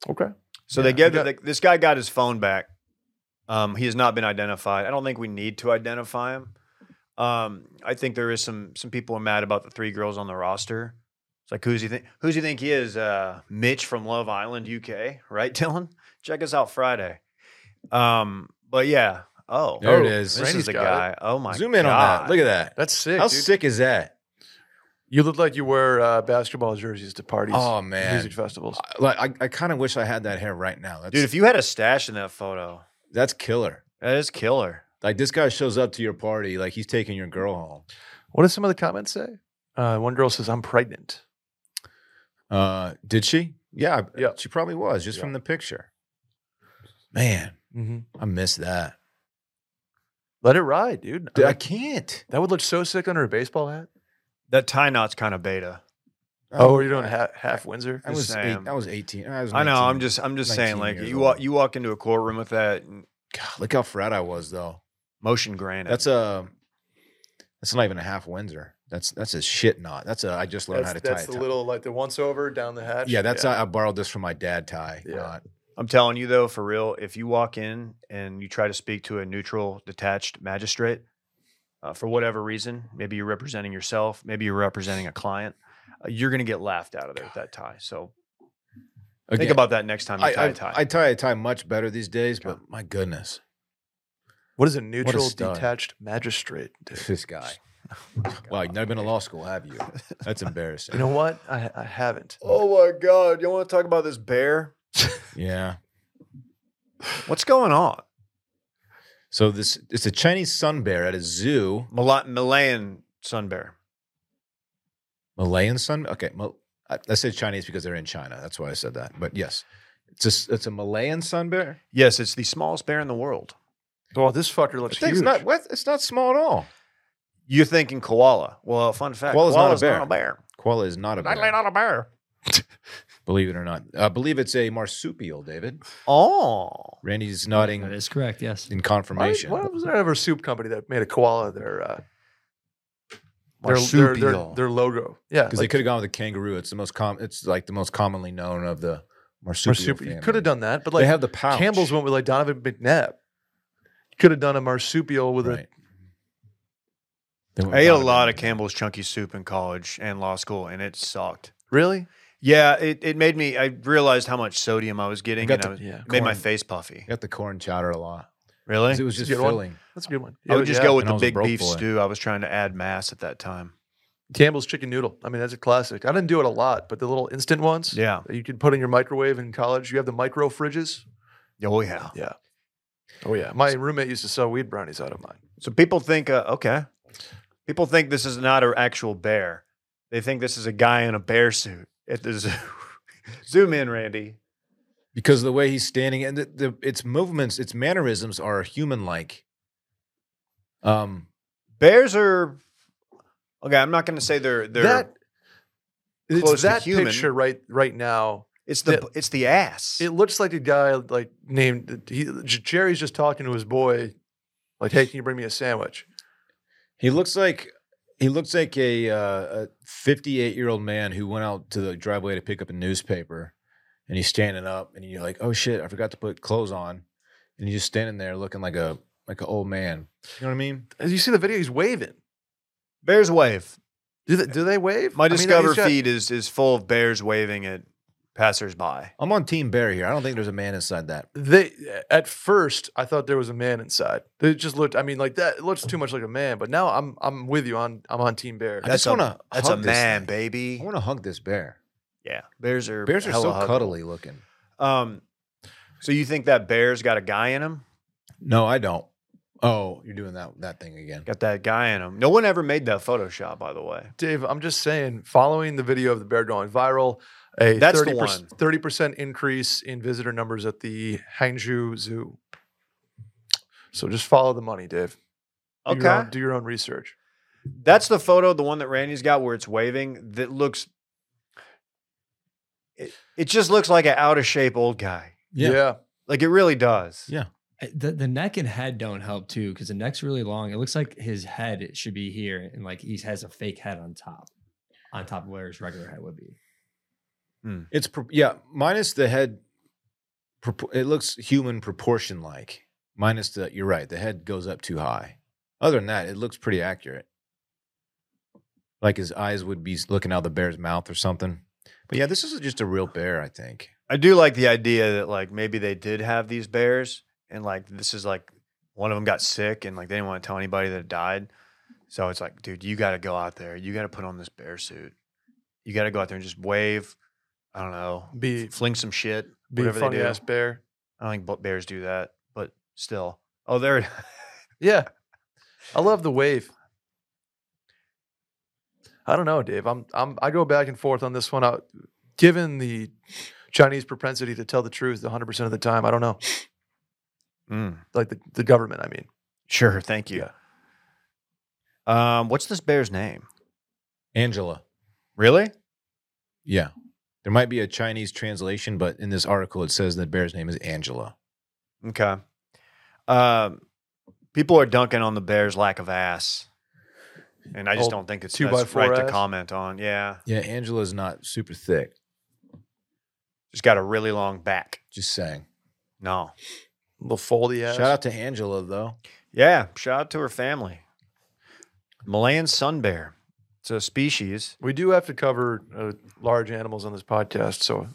Okay. So Yeah. they gave You got- the, this guy got his phone back. Um, he has not been identified. I don't think we need to identify him. Um, I think there is some some people are mad about the three girls on the roster. It's like who's he think who's he think he is? Uh, Mitch from Love Island, UK, right, (laughs) Dylan? Check us out Friday. Um, but yeah. Oh, There it oh, is. This Randy's is a got guy. Oh my! Zoom in on that. Look at that. That's sick. How dude. sick is that? You look like you wear uh, basketball jerseys to parties, Oh man, music festivals. I- like I, I kind of wish I had that hair right now. That's dude. If you had a stash in that photo, that's killer. that is killer. Like this guy shows up to your party, like he's taking your girl home. What do some of the comments say? Uh, one girl says, "I'm pregnant." Uh, did she? Yeah, Yeah. she probably was just Yeah. from the picture. Man, Mm-hmm. I miss that. Let it ride, dude. Dude, I Like, can't. that would look so sick under a baseball hat. That tie knot's kind of beta. Oh, you're doing ha- half Windsor. I the was eight, same. I was eighteen. I, was I know. I'm 19. just. I'm just saying. 19 Like years you walk. old. You walk into a courtroom with that and God, look how frat I was though. motion granite. That's a. That's not even a half Windsor. That's that's a shit knot. That's a. I just learned how to tie a tie. little like the once over down the hatch. yeah, that's I, I borrowed this from my dad tie. Yeah. knot. I'm telling you though, for real, if you walk in and you try to speak to a neutral, detached magistrate, uh, for whatever reason, maybe you're representing yourself, maybe you're representing a client, uh, you're gonna get laughed out of there with that tie. So think Again, about that next time you I, tie I, a tie. I tie a tie much better these days, but my goodness, What is a neutral stud. detached magistrate? Dude? (laughs) this guy. Wow, you've never been to law school, have you? That's embarrassing. You know what? I, I haven't. oh my god, you want to talk about this bear? yeah. What's going on? So this it's a Chinese sun bear at a zoo. Mala- Malayan sun bear. Malayan sun. Okay, Mal- I, I said Chinese because they're in China. That's why I said that. But yes, it's a, s- it's a Malayan sun bear. Yes, it's the smallest bear in the world. Well, "Oh, this fucker looks That thing's huge. not what? It's not small at all. You're thinking koala. Well, fun fact: Koala's not a koala's bear. Not a bear. Koala is not a bear. a bear. believe it or not, I believe it's a marsupial. David, Oh, Randy's That nodding is correct. Yes. in Why, confirmation. why was there ever a soup company that made a koala their uh, their, their, their, Marsupial. their logo? Yeah, because they like could have gone with a kangaroo. It's the most com. It's like the most commonly known of the marsupial. marsupial. You family. could have done that, but they like have the pouch. Campbell's went with like Donovan McNabb. Could have done a marsupial with Right. a They went I ate a Donovan. lot of Campbell's Chunky Soup in college and law school, and it sucked. really. Yeah, it, it made me. I realized how much sodium I was I getting, got and I the- was, Yeah, made my corn. face puffy. Got the corn chowder a lot. 'Cause It Really? was just Good one. filling. that's a good one. I would just go with And I the was a big broke beef boy. stew. I was trying to add mass at that time. Campbell's chicken noodle. I mean, that's a classic. I didn't do it a lot, but the little instant ones Yeah. that you could put in your microwave in college. You have the micro fridges. Oh yeah. Oh yeah, my roommate used to sell weed brownies out of mine. So people think, uh, okay, people think this is not an actual bear. They think this is a guy in a bear suit at the zoo. (laughs) Zoom in, Randy. because of the way he's standing and the, the its movements, its mannerisms are human like. Um, Bears are okay. I'm not going to say they're they're. that close it's to that human. picture right right now. it's the that- it's the ass. It looks like a guy like named he, J- Jerry's just talking to his boy, like, "Hey, can you bring me a sandwich?" he looks like he looks like a uh, a fifty eight year old man who went out to the driveway to pick up a newspaper, and he's standing up, and you're like, oh shit, I forgot to put clothes on, and he's just standing there looking like a like an old man. You know what I mean? As you see the video, he's waving. Bears wave. Do they, do they wave? My I mean, he's Discover got- feed is is full of bears waving at passersby. I'm on Team Bear here. I don't think there's a man inside that. They at first I thought there was a man inside. It just looked. I mean, like that it looks too much like a man. But now I'm I'm with you on I'm on Team Bear. I just a- wanna That's a hug this man, thing. baby. I want to hug this bear. Yeah, bears are Bears are hella so huggable. cuddly looking. Um, so you think that bear's got a guy in him? No, I don't. Oh, you're doing that that thing again. Got that guy in him. No one ever made that Photoshop, by the way. Dave, I'm just saying, following the video of the bear going viral, a That's the 30 one. 30% increase in visitor numbers at the Hangzhou Zoo. So just follow the money, Dave. Do Okay, Your own, do your own research. that's the photo, the one that Randy's got, where it's waving. That looks. It, it just looks like an out of shape old guy. Yeah. Like it really does. Yeah. I- The, the neck and head don't help too because the neck's really long. It looks like his head should be here and like he has a fake head on top, on top of where his regular head would be. It's pro- yeah, minus the head. propor- It looks human proportion like. Minus the you're right. The head goes up too high. Other than that, it looks pretty accurate. Like his eyes would be looking out the bear's mouth or something. But yeah, this is just a real bear, I think. I do like the idea that like maybe they did have these bears and like this is like one of them got sick and like they didn't want to tell anybody that it died. So it's like, dude, you got to go out there. You got to put on this bear suit. You got to go out there and just wave. I don't know, Be, fling some shit. be a whatever they funny do. ass bear. I don't think bu- bears do that, but still. Oh, there. it- (laughs) Yeah. I love the wave. I don't know, Dave. I'm I'm I go back and forth on this one. I, given the Chinese propensity to tell the truth 100% of the time, I don't know. Mm, Like the, the government, I mean. sure. Thank you. Um, what's this bear's name? Angela. Really? Yeah. There might be a Chinese translation, but in this article it says that bear's name is Angela. Okay. Um, people are dunking on the Bears' lack of ass, and I just Old don't think it's two by that's four right ass. to comment on. Yeah, Yeah, Angela's not super thick. just got a really long back. Just saying. No. Little foldy ass. Shout out to Angela though. Yeah. Shout out to her family. Malayan sun bear. It's a species. We do have to cover uh, large animals on this podcast, so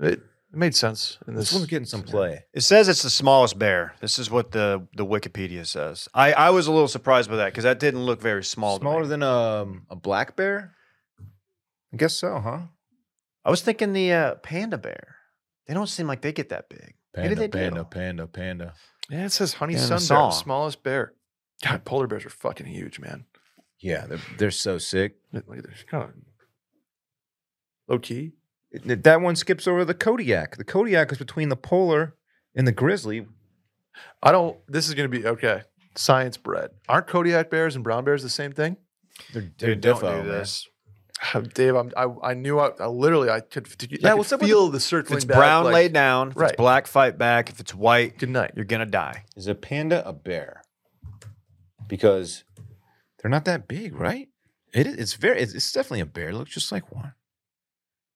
it, it made sense in This this. one's getting some play. It says it's the smallest bear. This is what the the Wikipedia says. I I was a little surprised by that because that didn't look very small. to me. Smaller than um, a black bear? I guess so, huh? I was thinking the uh, panda bear. They don't seem like they get that big. Maybe they Panda, panda, do. panda, panda. Yeah, it says honey Yeah, the sun bear, song. smallest bear. God, polar bears are fucking huge, man. Yeah, they're, they're so sick. Look at this, kind of low key. It- that one skips over the Kodiak. The Kodiak is between the polar and the grizzly. I don't. This is gonna be okay. Science bred. Aren't Kodiak bears and brown bears the same thing? Oh, They're, they're Dude, don't diffo, man. do this. Dave, I'm, I I knew I, I literally I could. I Yeah, could what's up with feel the, If circling. it's back, brown, like, lay down. If Right. it's black, fight back. If it's white, Good night. you're gonna die. Is a panda a bear? Because they're not that big, right? It is, it's very it's, it's definitely a bear. It looks just like one.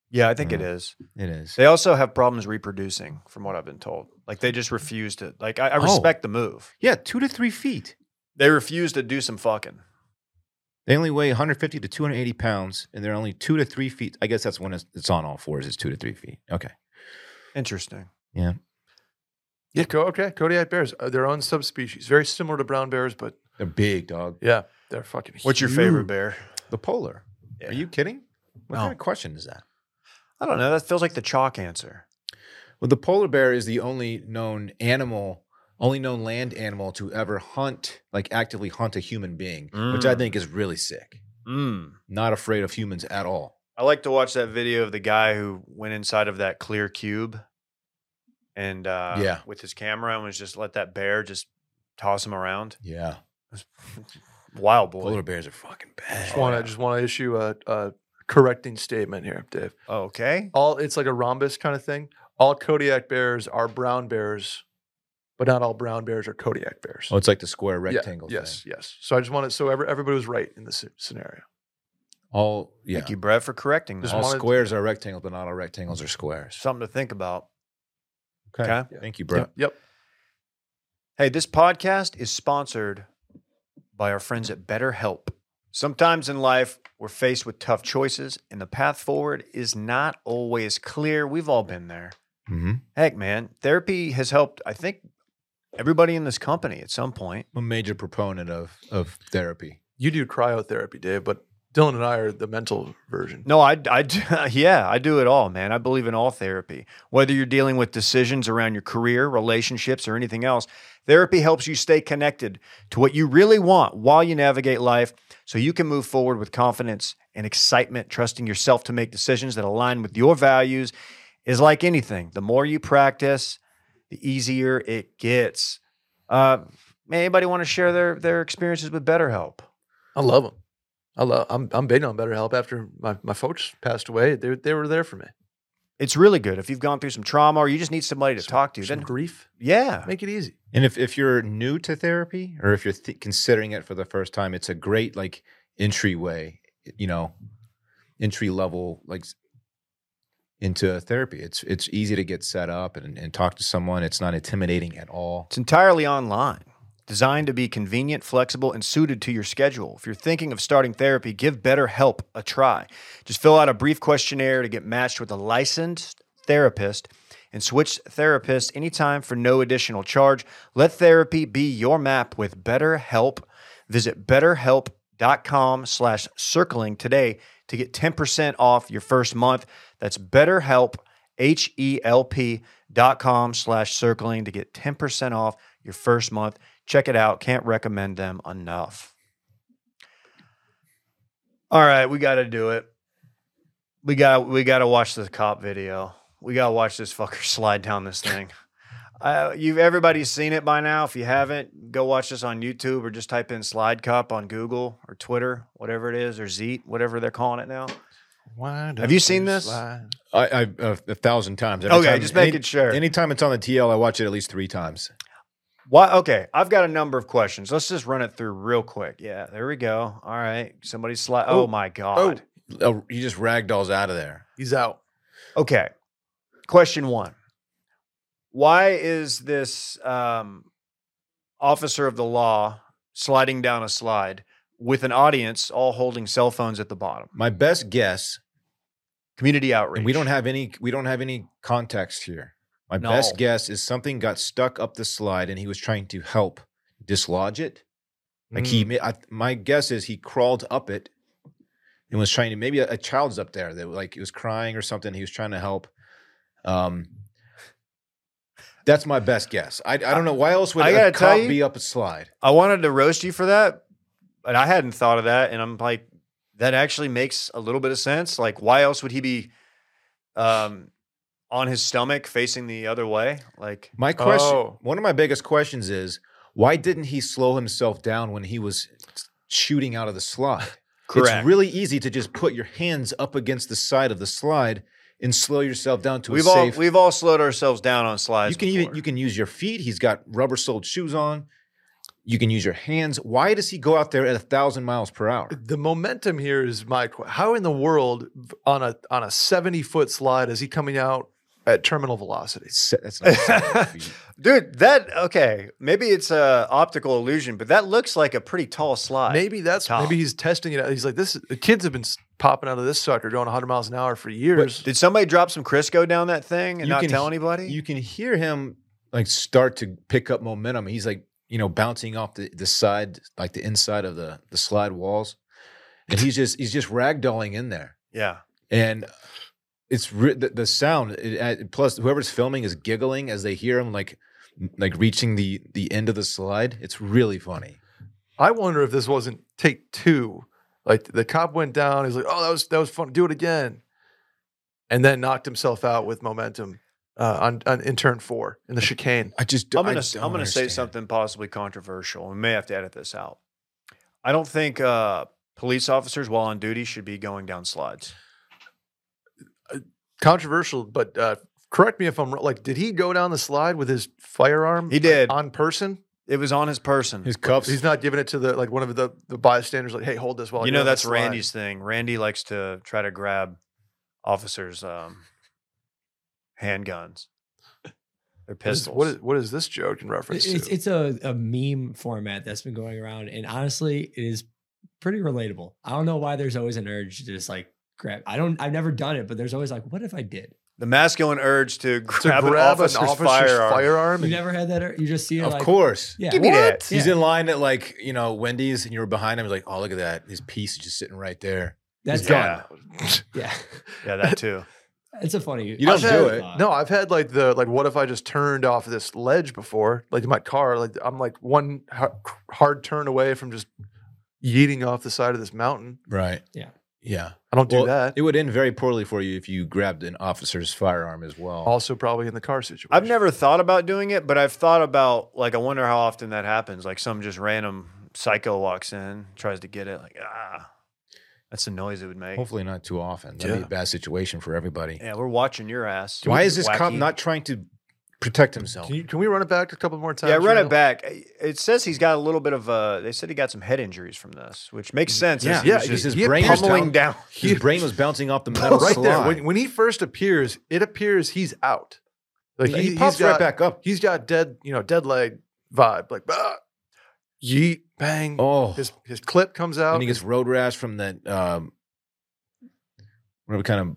Yeah, I think it Mm. is. It is. They also have problems reproducing, from what I've been told. Like they just refuse to. Like I, I Oh. respect the move. Yeah, two to three feet. They refuse to do some fucking. They only weigh 150 to 280 pounds, and they're only two to three feet. I guess that's when it's, it's on all fours. It's two to three feet. Okay. Interesting. Yeah, co- okay. Kodiak bears, uh, their own subspecies, very similar to brown bears, but They're big, dog. yeah, they're fucking. What's your favorite bear? The polar. Yeah. Are you kidding? What No. kind of question is that? I don't know. That feels like the chalk answer. Well, the polar bear is the only known animal, only known land animal to ever hunt, like actively hunt a human being, which I Mm. think is really sick. Mm. Not afraid of humans at all. I like to watch that video of the guy who went inside of that clear cube, and uh, Yeah. with his camera and was just let that bear just toss him around. Yeah. (laughs) Wild boy. Polar bears are fucking Just bad. want to just want to issue a, a correcting statement here, Dave. Okay. All it's like a rhombus kind of thing. All Kodiak bears are brown bears, but not all brown bears are Kodiak bears. Oh, it's like the square Yeah, rectangle Yes, thing. yes. So I just wanted so every, everybody was right in this sce- scenario. All yeah. Thank you, Brett, for correcting that. Just All wanted- squares are rectangles, but not all rectangles are squares. Something to think about. Okay. Okay. Thank you, bro. Yep. yep. Hey, this podcast is sponsored by our friends at BetterHelp. Sometimes in life, we're faced with tough choices, and the path forward is not always clear. We've all been there. Mm-hmm. Heck, man, therapy has helped, I think, everybody in this company at some point. I'm a major proponent of of therapy. You do cryotherapy, Dave, but Dylan and I are the mental version. No, I, I, d- (laughs) yeah, I do it all, man. I believe in all therapy. Whether you're dealing with decisions around your career, relationships, or anything else, therapy helps you stay connected to what you really want while you navigate life so you can move forward with confidence and excitement, trusting yourself to make decisions that align with your values is like anything. The more you practice, the easier it gets. Uh, anybody want to share their their experiences with BetterHelp? I love them. I love. I'm I'm big on BetterHelp. After my, my folks passed away, they they were there for me. It's really good if you've gone through some trauma or you just need somebody to Some- talk to. Some Then grief, Yeah. make it easy. And if, if you're new to therapy or if you're th- considering it for the first time, it's a great like entryway, you know, entry level like s- into therapy. It's it's easy to get set up and, and talk to someone. It's not intimidating at all. It's entirely online, designed to be convenient, flexible, and suited to your schedule. If you're thinking of starting therapy, give BetterHelp a try. Just fill out a brief questionnaire to get matched with a licensed therapist and switch therapists anytime for no additional charge. Let therapy be your map with BetterHelp. Visit betterhelp.com slash circling today to get 10% off your first month. That's betterhelp, E H-E-L-P dot com slash circling to get 10% off your first month. Check it out. Can't recommend them enough. All right, we got to do it. We got we got to watch this cop video. We got to watch this fucker (laughs) slide down this thing. Uh, you've everybody's seen it by now. If you haven't, go watch this on YouTube or just type in slide cop on Google or Twitter, whatever it is, or Zeet, whatever they're calling it now. Why you seen this? I, I a, a thousand times. Every okay, time- just making any- sure. Anytime it's on the TL, I watch it at least three times. Why? Okay, I've got a number of questions. Let's just run it through real quick. Yeah, there we go. All right, somebody slide. Oh, Oh, my god. Oh, he just ragdolls out of there. He's out. oh. Okay. Question one: Why is this um, officer of the law sliding down a slide with an audience all holding cell phones at the bottom? My best guess, Community outreach. and we don't have any we don't have any context here. My No. best guess is something got stuck up the slide and he was trying to help dislodge it. Like Mm. he, ma- I, my guess is he crawled up it and was trying to. Maybe a, a child's up there that like he was crying or something. He was trying to help. Um, that's my best guess. I, I don't know why else would I a gotta tell cop you- be up a slide. I wanted to roast you for that, but I hadn't thought of that, and I'm like, that actually makes a little bit of sense. Like, why else would he be, um, on his stomach facing the other way? Like, My question, Oh. one of my biggest questions is why didn't he slow himself down when he was shooting out of the slide? It's correct. really easy to just put your hands up against the side of the slide and slow yourself down to we've a all safe. we've all slowed ourselves down on slides. you can even you can use your feet. He's got rubber soled shoes on. You can use your hands. Why does he go out there at a thousand miles per hour? The momentum here is my. que- How in the world on a on a seventy foot slide is he coming out at terminal velocity? It's, that's not seven feet. (laughs) dude. That okay? Maybe it's a optical illusion, but that looks like a pretty tall slide. Maybe that's Tom. maybe he's testing it out. He's like, this the kids have been s- popping out of this sucker going 100 miles an hour for years. Did somebody drop some Crisco down that thing and You not can tell he- anybody? You can hear him like start to pick up momentum. He's like you know bouncing off the, the side like the inside of the the slide walls, and he's just he's just ragdolling in there. yeah. and uh, it's re- the, the sound it, uh, plus whoever's filming is giggling as they hear him like like reaching the the end of the slide it's really funny I wonder if this wasn't take two. Like the cop went down. He's like, oh, that was that was fun. Do it again, and then knocked himself out with momentum uh, on, on in turn four in the chicane. i just I'm gonna s- I'm gonna say something possibly controversial. We may have to edit this out. I don't think uh, police officers while on duty should be going down slides. Controversial, but uh, correct me if I'm wrong. Like, did he go down the slide with his firearm? He did. on person. It was on his person. his cuffs He's not giving it to the like one of the the bystanders. Like, hey, hold this while you you're know on the that's slide." Randy's thing. Randy likes to try to grab officers' um, handguns, their What is- pistols. What is, what is this joke in reference It's, to? it's a, a meme format that's been going around, and honestly, it is pretty relatable. I don't know why there's always an urge to just like grab. I don't. I've never done it, but there's always like, what if I did? The masculine urge to to grab, grab, an officer's, firearm. You and- never had that. Ur- you just see it. Of like, course. Yeah. Give me that. He's Yeah. in line at like, you know, Wendy's and you were behind him. He's like, oh, look at that. His piece is just sitting right there. That's Yeah. yeah. yeah. (laughs) Yeah, that too. It's a funny. You don't I've do had- it. thought. (laughs) No, I've had like the like what if I just turned off this ledge before, like in my car, like I'm like one ha- hard turn away from just yeeting off the side of this mountain. Right. Yeah. Yeah. I don't do Well, that. It would end very poorly for you if you grabbed an officer's firearm as well. also, probably in the car situation. I've never thought about doing it, but I've thought about like I wonder how often that happens. Like some just random psycho walks in, tries to get it, like ah, that's the noise it would make. Hopefully not too often. That'd be Yeah. a bad situation for everybody. Yeah, we're watching your ass. Why is this cop Wacky. not trying to protect himself? Can, you, can we run it back a couple more times? Yeah, run (laughs) Randall? it back. It says he's got a little bit of. Uh, they said he got some head injuries from this, which makes sense. Mm, Yeah, as he yeah, was because just his brain was pummeling down. His brain was bouncing (laughs) off the metal right there. slide. When, when he first appears, it appears he's out. Like he, he, pops he's got, right back up. He's got dead, you know, dead leg vibe. Like, bah, yeet, bang. Oh, His his clip comes out. and he gets road rash from that um, whatever kind of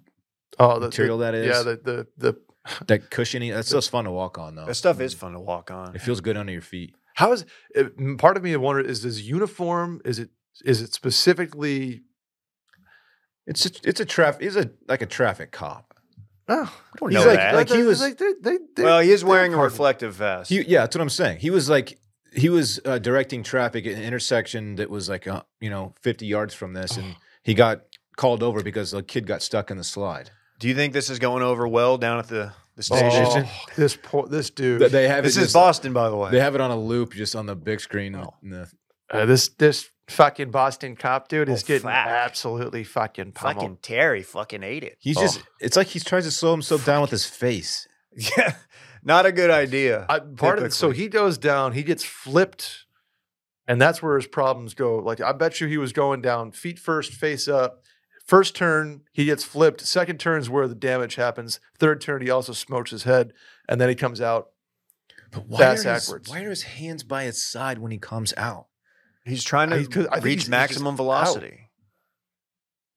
oh, the, material that is. Yeah, the the the that cushiony. That stuff's fun to walk on though. That stuff is fun to walk on. It feels good under your feet. How is it, m- part of me wonder is this uniform? Is it is it specifically? It's a, it's a traffic. Is a like a traffic cop. Oh, I don't He's know like- like, that. like he was- Like they, they, they, Well, he is wearing a pardon. reflective vest. He, yeah, that's what I'm saying. He was like he was uh, directing traffic at an intersection that was like uh, you know 50 yards from this, and he got called over because a kid got stuck in the slide. Do you think this is going over well down at the, the station? oh, this poor this dude. Th- They have This it is just- Boston, by the way. They have it on a loop, just on the big screen. in Oh. the- Uh, this this fucking Boston cop dude is Oh, getting fuck. absolutely fucking pummeled. fucking Terry fucking ate it. he's Oh. just. It's like he tries to slow himself down with his face. Yeah, not a good idea. I, part of it, so typically. he goes down, he gets flipped, and that's where his problems go. Like I bet you he was going down feet first, face up. First turn, he gets flipped. Second turn is where the damage happens. Third turn, he also smokes his head, and then he comes out. But why That's are his, backwards. Why are his hands by his side when he comes out? He's trying to I- 'cause I think he's- reach he's maximum just velocity.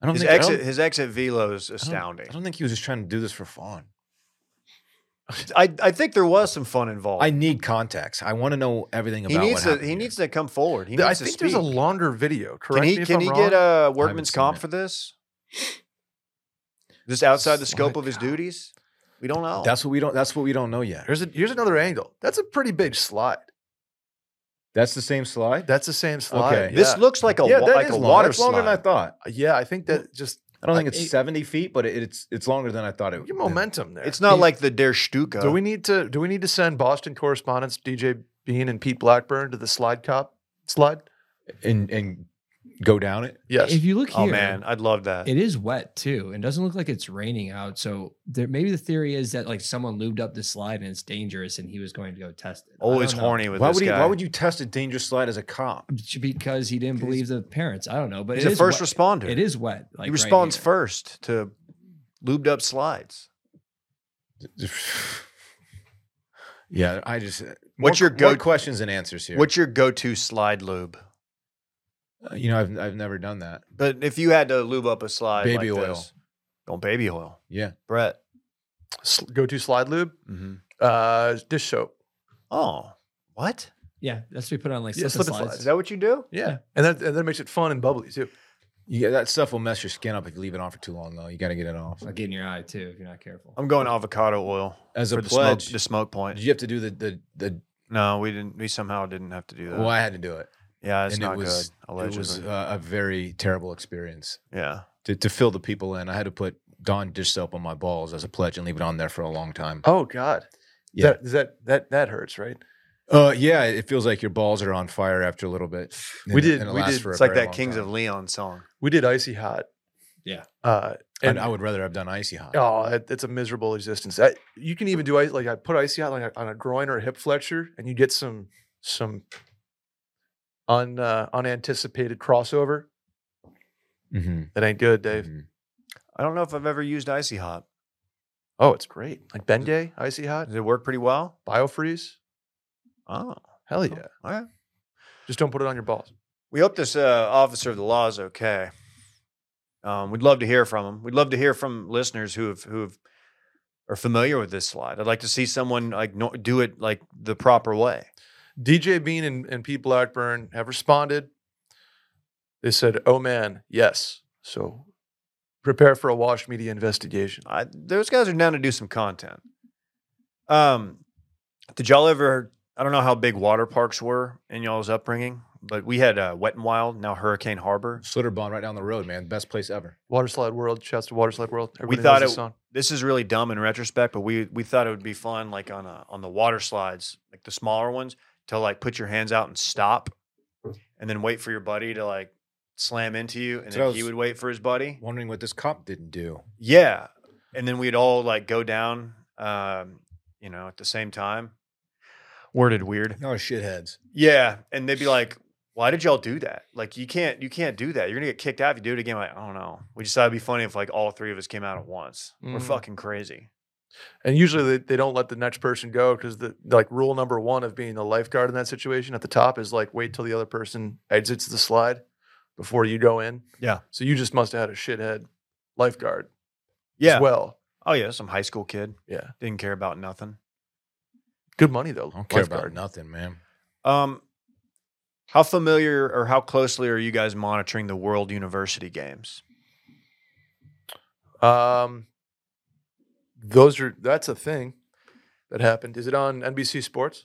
I don't His think I don't- exit, his exit velo is I don't- astounding. I don't think he was just trying to do this for fun. I, I, think there was some fun involved. I need context. I want to know everything he about. needs what to happened he here. needs to come forward. He Th- I needs to think there's a speak. longer video. Correct Can me he if can I'm he wrong. get a workman's seen comp it. Oh for this? (laughs) This outside the scope Slide of his count. duties? We don't know. That's what we don't. That's what we don't know yet. Here's a, here's another angle. That's a pretty big slide. That's the same slide. That's the same slide. Okay. this yeah. looks like a yeah, wa- that like is a long. water That's longer than I slide. thought. yeah, I think that just I don't I- think it's it- 70 feet, but it, it's it's longer than I thought it. your momentum there. It's not like the Der Stuka. Do we need to do we need to send Boston correspondents DJ Bean and Pete Blackburn to the slide cop slide? and and go down it. Yes. If you look here, oh man, I'd love that. it is wet too, and doesn't look like it's raining out. So there, maybe the theory is that like someone lubed up the slide and it's dangerous, and he was going to go test it. I Always don't know. Oh, horny with Why this would he, guy. Why would you test a dangerous slide as a cop? because he didn't believe the parents. I don't know, but He's it a is first wet. responder. It is wet. Like he right responds here. first to lubed up slides. (laughs) yeah, I just. uh, What's your more go- questions and answers here? What's your go-to slide lube? Uh, you know, I've I've never done that. But if you had to lube up a slide, Baby like oil. this- don't baby oil, Yeah, Brett. S- go to slide lube, Mm-hmm. uh, dish soap. Oh, what? Yeah, that's what we put on like Yeah, slip, and slip and slides. Is that what you do? Yeah. And that and that makes it fun and bubbly too. you get, that stuff will mess your skin up if you leave it on for too long. Though you got to get it off. Like in your eye too, if you're not careful. I'm going avocado oil As a for the smoke, pledge, the smoke did point. you have to do the the the? No, we didn't. We somehow didn't have to do that. Well, I had to do it. Yeah, it's and it not was- good. Allegedly. It was uh, a very terrible experience. yeah. to, to fill the people in. I had to put Dawn dish soap on my balls as a pledge and leave it on there for a long time. Oh God. Yeah. That that that that hurts, right? Uh, yeah, it feels like your balls are on fire after a little bit. We did- we did- It's like that Kings of Leon song. We did icy hot. Yeah. Uh And and I would rather have done icy hot. Oh, it, it's a miserable existence. I, you can even do ice like I put icy hot like on a groin or a hip flexor, and you get some some un uh, unanticipated crossover. Mhm, That ain't good, Dave. mhm. I don't know if I've ever used Icy Hot. Oh, it's great. Like Bengay, icy hot, Does it work pretty well? biofreeze. Oh, Hell yeah. all right. Just don't put it on your balls. We hope this uh, officer of the law is okay. Um, we'd love to hear from him. We'd love to hear from listeners who have who have are familiar with this slide. I'd like to see someone like no, do it like the proper way. DJ Bean and, and Pete Blackburn have responded. They said, "Oh man, yes." So prepare for a Wash Media investigation. I, those guys are down to do some content. Um, did y'all ever? I don't know how big water parks were in y'all's upbringing, but we had uh, Wet and Wild, now Hurricane Harbor. Slitterbond right down the road, man. Best place ever. Waterslide World, shouts to Waterslide World. Everybody thought knows it- this song. This is really dumb in retrospect, but we we thought it would be fun, like on a, on the water slides, like the smaller ones, to like put your hands out and stop, and then wait for your buddy to like slam into you, and So then that he was- would wait for his buddy. Wondering what this cop didn't do. Yeah. And then we'd all like go down, um, you know, at the same time. Worded weird. Y'all are shitheads. Yeah. And they'd be like, why did y'all do that? Like you can't you can't do that. You're gonna get kicked out if you do it again. Like, I don't know. We just thought it'd be funny if like all three of us came out at once. We're Mm. fucking crazy. And usually they, they don't let the next person go because the like rule number one of being the lifeguard in that situation at the top is like wait till the other person exits the slide before you go in. Yeah. So you just must have had a shithead lifeguard Yeah. as well. oh yeah, some high school kid. Yeah. Didn't care about nothing. Good money though. I don't care lifeguard. about nothing, man. Um how familiar or how closely are you guys monitoring the World University games? Um, those are that's a thing that happened. Is it on NBC Sports?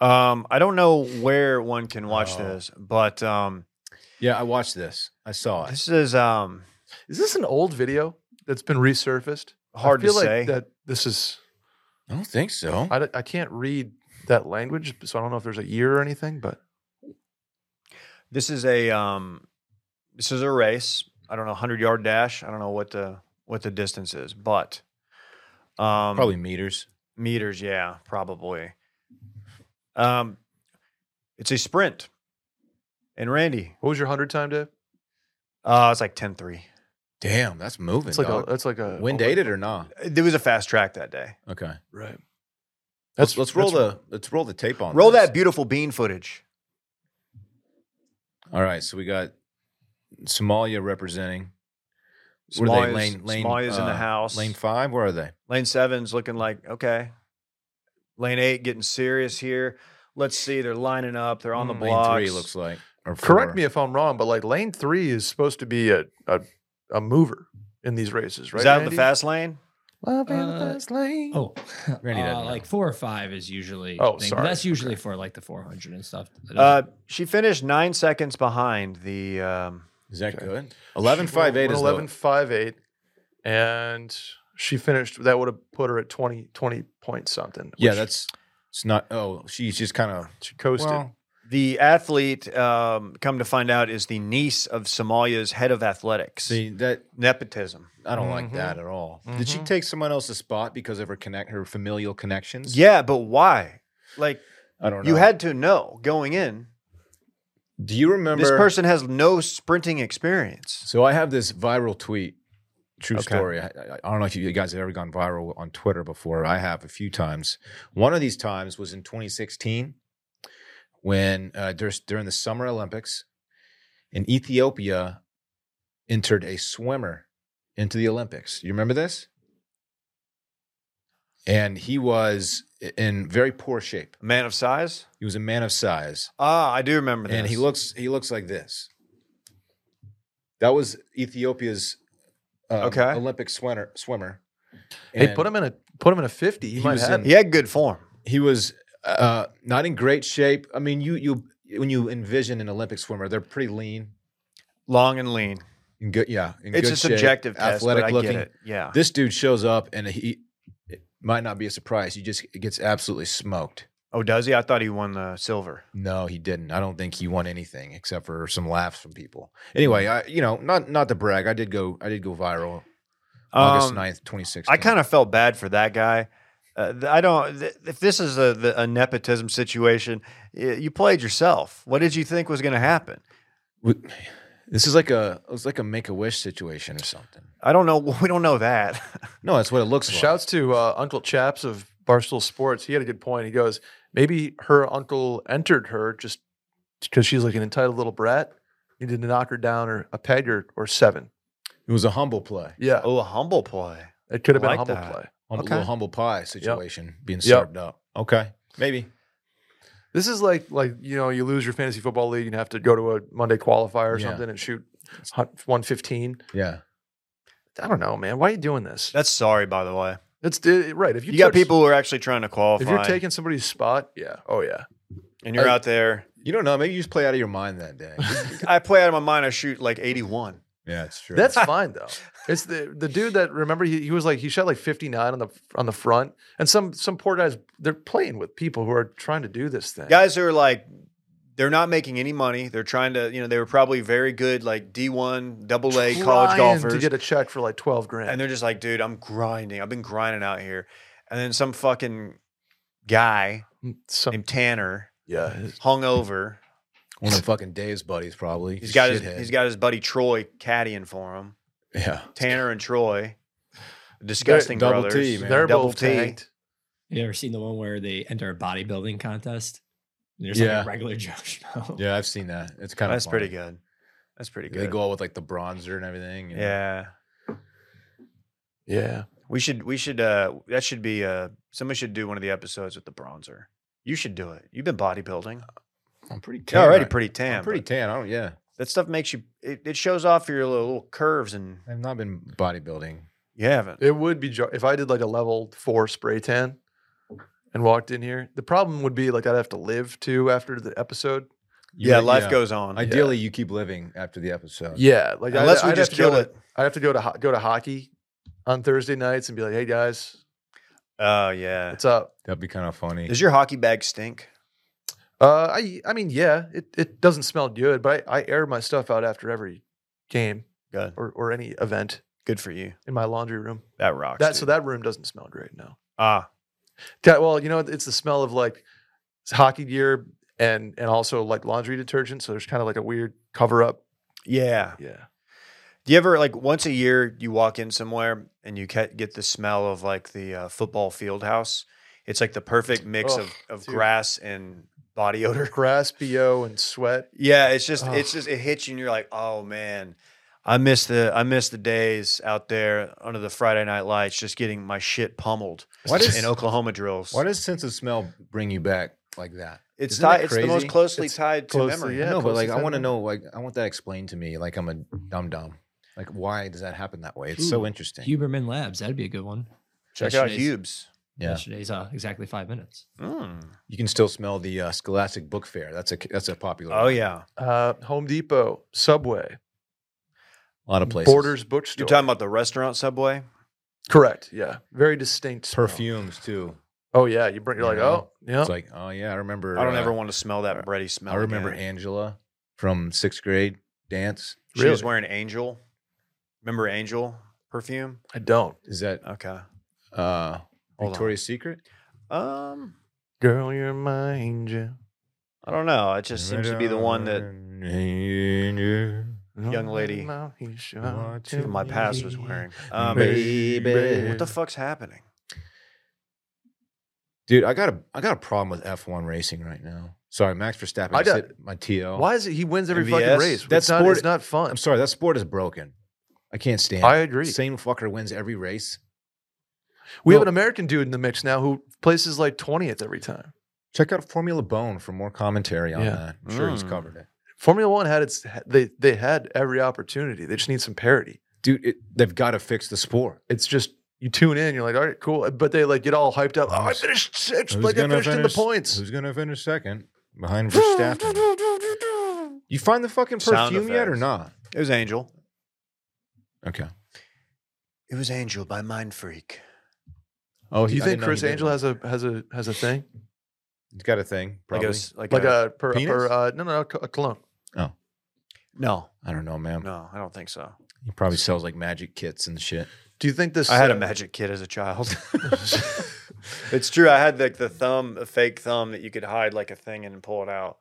Um, I don't know where one can watch Oh. this, but um, Yeah, I watched this. I saw it. This is um Is this an old video that's been resurfaced? hard I feel to like say. That this is I don't think so. I, don't- I can't read that language, so I don't know if there's a year or anything. But This is a um this is a race. I don't know, hundred yard dash. I don't know what the what the distance is, but um Probably meters. meters, yeah, probably. Um it's a sprint. And Randy, what was your hundred time, Dave? uh it's like 10-3. Damn, that's moving. It's like a dog. that's like a Wind oh, dated or not? Uh, There was a fast track that day. Okay. right? Let's let's roll that's- the let's roll the tape on. Roll this. that beautiful bean footage. All right, so we got Somalia representing. What are they? Somalia's- Lane lane Somalia's in the uh, house. Lane five. Where are they? Lane seven's looking like okay. Lane eight getting serious here. Let's see. They're lining up. They're on the Mm, blocks. Lane three looks like. Or Correct four. me if I'm wrong, but like lane three is supposed to be a a, a mover in these races, right? Is that the Randy? fast lane? Love in the Uh, fast lane. (laughs) Oh, Randy uh, doesn't know. like four or five is usually. Oh, the thing, but sorry. That's Okay. usually for like the 400 and stuff. That Uh, doesn't- she finished nine seconds behind the. Um, Is that Okay. good? Eleven five eight is eleven eleven. five eight, and she finished. That would have put her at 20, 20 point something. Yeah, which that's it's not. Oh, she's just kind of. she coasted. Well, the athlete, um, come to find out, is the niece of Somalia's head of athletics. see that Nepotism. I don't like Mhm. that at all. Did she Mhm. take someone else's spot because of her connect her familial connections? Yeah, but why? Like I don't know. you had to know going in. Do you remember This person has no sprinting experience. So I have this viral tweet. True Okay. story. I, I- I don't know if you guys have ever gone viral on Twitter before. I have a few times. One of these times was in 2016 when uh, dur- during the Summer Olympics in Ethiopia entered a swimmer into the Olympics. You remember this? And he was i- in very poor shape. A man of size. He was a man of size Ah, I do remember this. and he looks he looks like this. That was Ethiopia's um, Okay. Olympic swimmer. Swimmer. Hey, And put him in a put him in a fifty. You He might was have. in- it. He had good form. He was uh, not in great shape. I mean, you you when you envision an Olympic swimmer, they're pretty lean. Long and lean. In good, yeah, in It's good a shape, subjective test, athletic but I looking. get it. Ah. Yeah. This dude shows up, and he it might not be a surprise. He just gets absolutely smoked. oh, does he? I thought he won the silver. No, he didn't. I don't think he won anything except for some laughs from people. Hmm. Anyway, I you know not not to brag, I did go I did go viral August Um, 9th, 2016. I kind of felt bad for that guy. Uh, th- I don't. Th- if this is a, the, a nepotism situation, y- you played yourself. What did you think was going to happen? of this is like a it's like a make a wish situation or something. I don't know. (laughs) We don't know that. (laughs) No, that's what it looks like. Shouts to uh, Uncle Chaps of Barstool Sports. He had a good point. He goes, maybe her uncle entered her just because she's like an entitled little brat. You need to knock her down or a peg or, or seven. It was a humble play, Yeah, Oh, a humble play. it could have I been like a humble that. play. Hum- Okay. little humble pie situation being Yep. served up. Okay, maybe. This is like like you know you lose your fantasy football league and have to go to a Monday qualifier or Yeah. something and shoot one fifteen. Yeah, I don't know, man. Why are you doing this? That's sorry, by the way. It's uh, it, right. If you, You, got touch- people who are actually trying to qualify. if you're taking somebody's spot, yeah, oh yeah, and you're I- out there, you don't know. Maybe you just play out of your mind that (laughs) day. I play out of my mind. I shoot like 81. yeah, it's true. that's fine though. It's the the dude that remember he, he was like he shot like fifty nine on the on the front, and some some poor guys they're playing with people who are trying to do this thing. Guys who are like, they're not making any money. They're trying to, you know, they were probably very good, like D1, double A college Trying golfers. to get a check for like twelve grand. and they're just like, dude, I'm grinding. I've been grinding out here. And then some fucking guy some, named Tanner yeah, his- hung over. One of fucking Dave's buddies, probably. He's got Shithead. his he's got his buddy Troy caddying for him. yeah. Tanner and Troy. Disgusting Double brothers. T, man. they're Double both T. tanked. You ever seen the one where they enter a bodybuilding contest? And there's like Yeah. a regular (laughs) Joe Schmo. Yeah, I've seen that. It's kind of That's pretty good. That's pretty good. They go out with like the bronzer and everything. and- Yeah. Yeah, We should we should uh that should be uh somebody should do one of the episodes with the bronzer. You should do it. You've been bodybuilding. Uh, I'm pretty tan. You're already right- pretty tan. I'm pretty but tan. I don't. Yeah, that stuff makes you it, it shows off your little, little curves and I've not been bodybuilding. you haven't. it would be jo- if I did like a level four spray tan and walked in here. The problem would be like I'd have to live too after the episode. You yeah, may- life goes on. Ideally, you keep living after the episode. Yeah, like I'd- Unless we I'd have just to go kill to- it. I'd have to go to ho- go to hockey on Thursday nights and be like, "Hey guys, Oh yeah. what's up?" that'd be kind of funny. Does your hockey bag stink? Uh, I I mean, yeah, it, it doesn't smell good, but I, I air my stuff out after every game Good. or, or any event Good for you. in my laundry room. That rocks. That so dude. that room doesn't smell great now. ah Yeah, well, you know, it's the smell of like hockey gear and and also like laundry detergent. So there's kind of like a weird cover up. yeah. Yeah. Do you ever like once a year you walk in somewhere and you ca- get the smell of like the uh, football field house? It's like the perfect mix Ugh, of, of dude. grass and body odor. Grass, bo, and sweat. Yeah, it's just Ugh. it's just it hits you and you're like, oh man, I miss the I miss the days out there under the Friday night lights, just getting my shit pummeled Why does in Oklahoma drills. why does sense of smell bring you back like that? it's isn't that tied. It's the crazy? most closely It's tied to closely, memory. Yeah, no, but close like to I want to family. know. Like I want that explained to me. Like I'm a dum dum. Like why does that happen that way? It's so Ooh, interesting. Huberman Labs. That'd be a good one. Check out Yesterday's- Hubes. Yeah. Yesterday's uh, exactly five minutes. Mm. You can still smell the uh, Scholastic Book Fair. That's a that's a popular. Oh one. yeah, Uh, Home Depot, Subway, a lot of places. Borders Bookstore. you're talking about the restaurant subway. Correct. Yeah. Very distinct smell. perfumes too. Oh yeah, you bring. You're like, You know? oh yeah. It's like oh yeah, I remember. I don't uh, ever want to smell that bready smell. I remember again. Angela from sixth grade dance. she was Really? wearing Angel. Remember Angel perfume? I don't. Is that Okay. uh, on. Victoria's Secret? Um, Girl, you're my angel. I don't know. It just seems to be the one that uh, Young lady. No, you should Want to to my past was Baby. wearing. Um, Baby. what the fuck's happening? Dude, I got a I got a problem with F one racing right now. Sorry, Max Verstappen. I I got- got my TL. Why is it he wins every fucking MVS? race? That That's not, sport- it's not fun. I'm sorry, that sport is broken. I can't stand. I it. agree. Same fucker wins every race. we have no. an American dude in the mix now who places like 20th every time. Check out Formula Bone for more commentary on Yeah. that. I'm sure he's Mm. covered it. Formula One had its they they had every opportunity. They just need some parity. Dude, it, they've got to fix the sport. It's just you tune in, you're like, all right, cool. But they like get all hyped up. Oh, I Who's- finished sixth. Who's Like I gonna finished in the finish- points. Who's gonna finish second behind (laughs) Verstappen? you find the fucking Sound perfume yet or effects. not? It was Angel. Okay. It was Angel by Mind Freak. Oh, Do you think Chris Angel has a has a has a thing He's got a thing. Like Probably. a, s- like, like a, a per, penis? per uh, no no no, a cologne? no, I don't know, man. no, I don't think so. He probably sells like magic kits and shit. Do you think this? I had a uh, (laughs) magic kit as a (laughs) child. it's true. I had like the thumb, a fake thumb that you could hide like a thing in and pull it out.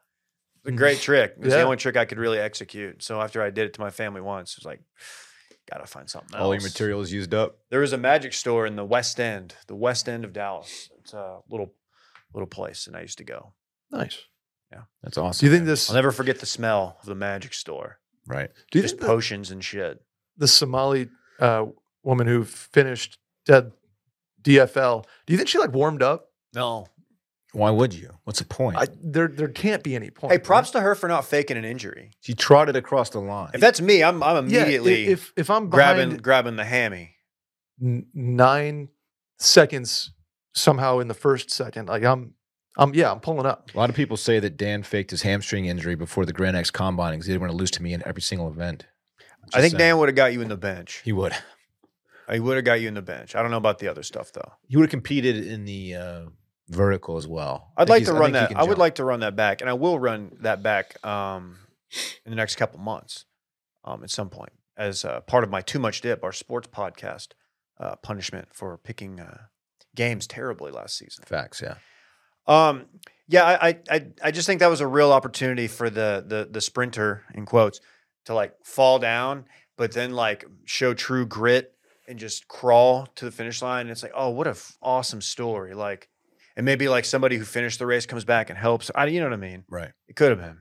It was a Mm. great trick. It was the Yeah. only trick I could really execute. So after I did it to my family once, it was like, (sighs) gotta find something else. All your material is used up. There was a magic store in the West End, the West End of Dallas. It's a little little place, and I used to go. Nice. Yeah, that's awesome. Do you think man. this? I'll never forget the smell of the magic store. Right. do you Just think the, potions and shit. the Somali uh, woman who finished dead DFL? Do you think she like warmed up? No. Why would you? What's the point? I, there, there can't be any point. Hey, props right? to her for not faking an injury. she trotted across the line. If that's me, I'm I'm Yeah, i- immediately if if I'm grabbing behind grabbing the hammy. n- nine seconds somehow in the first second, like I'm, I'm yeah, I'm pulling up. A lot of people say that Dan faked his hamstring injury before the Grand X Combine because he didn't want to lose to me in every single event. I think Just saying. Dan would have got you in the bench. he would. He would have got you in the bench. I don't know about the other stuff though. He would have competed in the uh, vertical as well. I I'd think like he's- to I run think he that. can I would jump. like to run that back, and I will run that back um, in the next couple months um, at some point as uh, part of my Too Much Dip, our sports podcast uh, punishment for picking uh, games terribly last season. facts. Yeah. Um, yeah, I, I- I, I just think that was a real opportunity for the the the sprinter in quotes to like fall down, but then like show true grit and just crawl to the finish line. And it's like, oh, what a f- awesome story! Like, and maybe like somebody who finished the race comes back and helps. I, you know what I mean? Right. It could have been.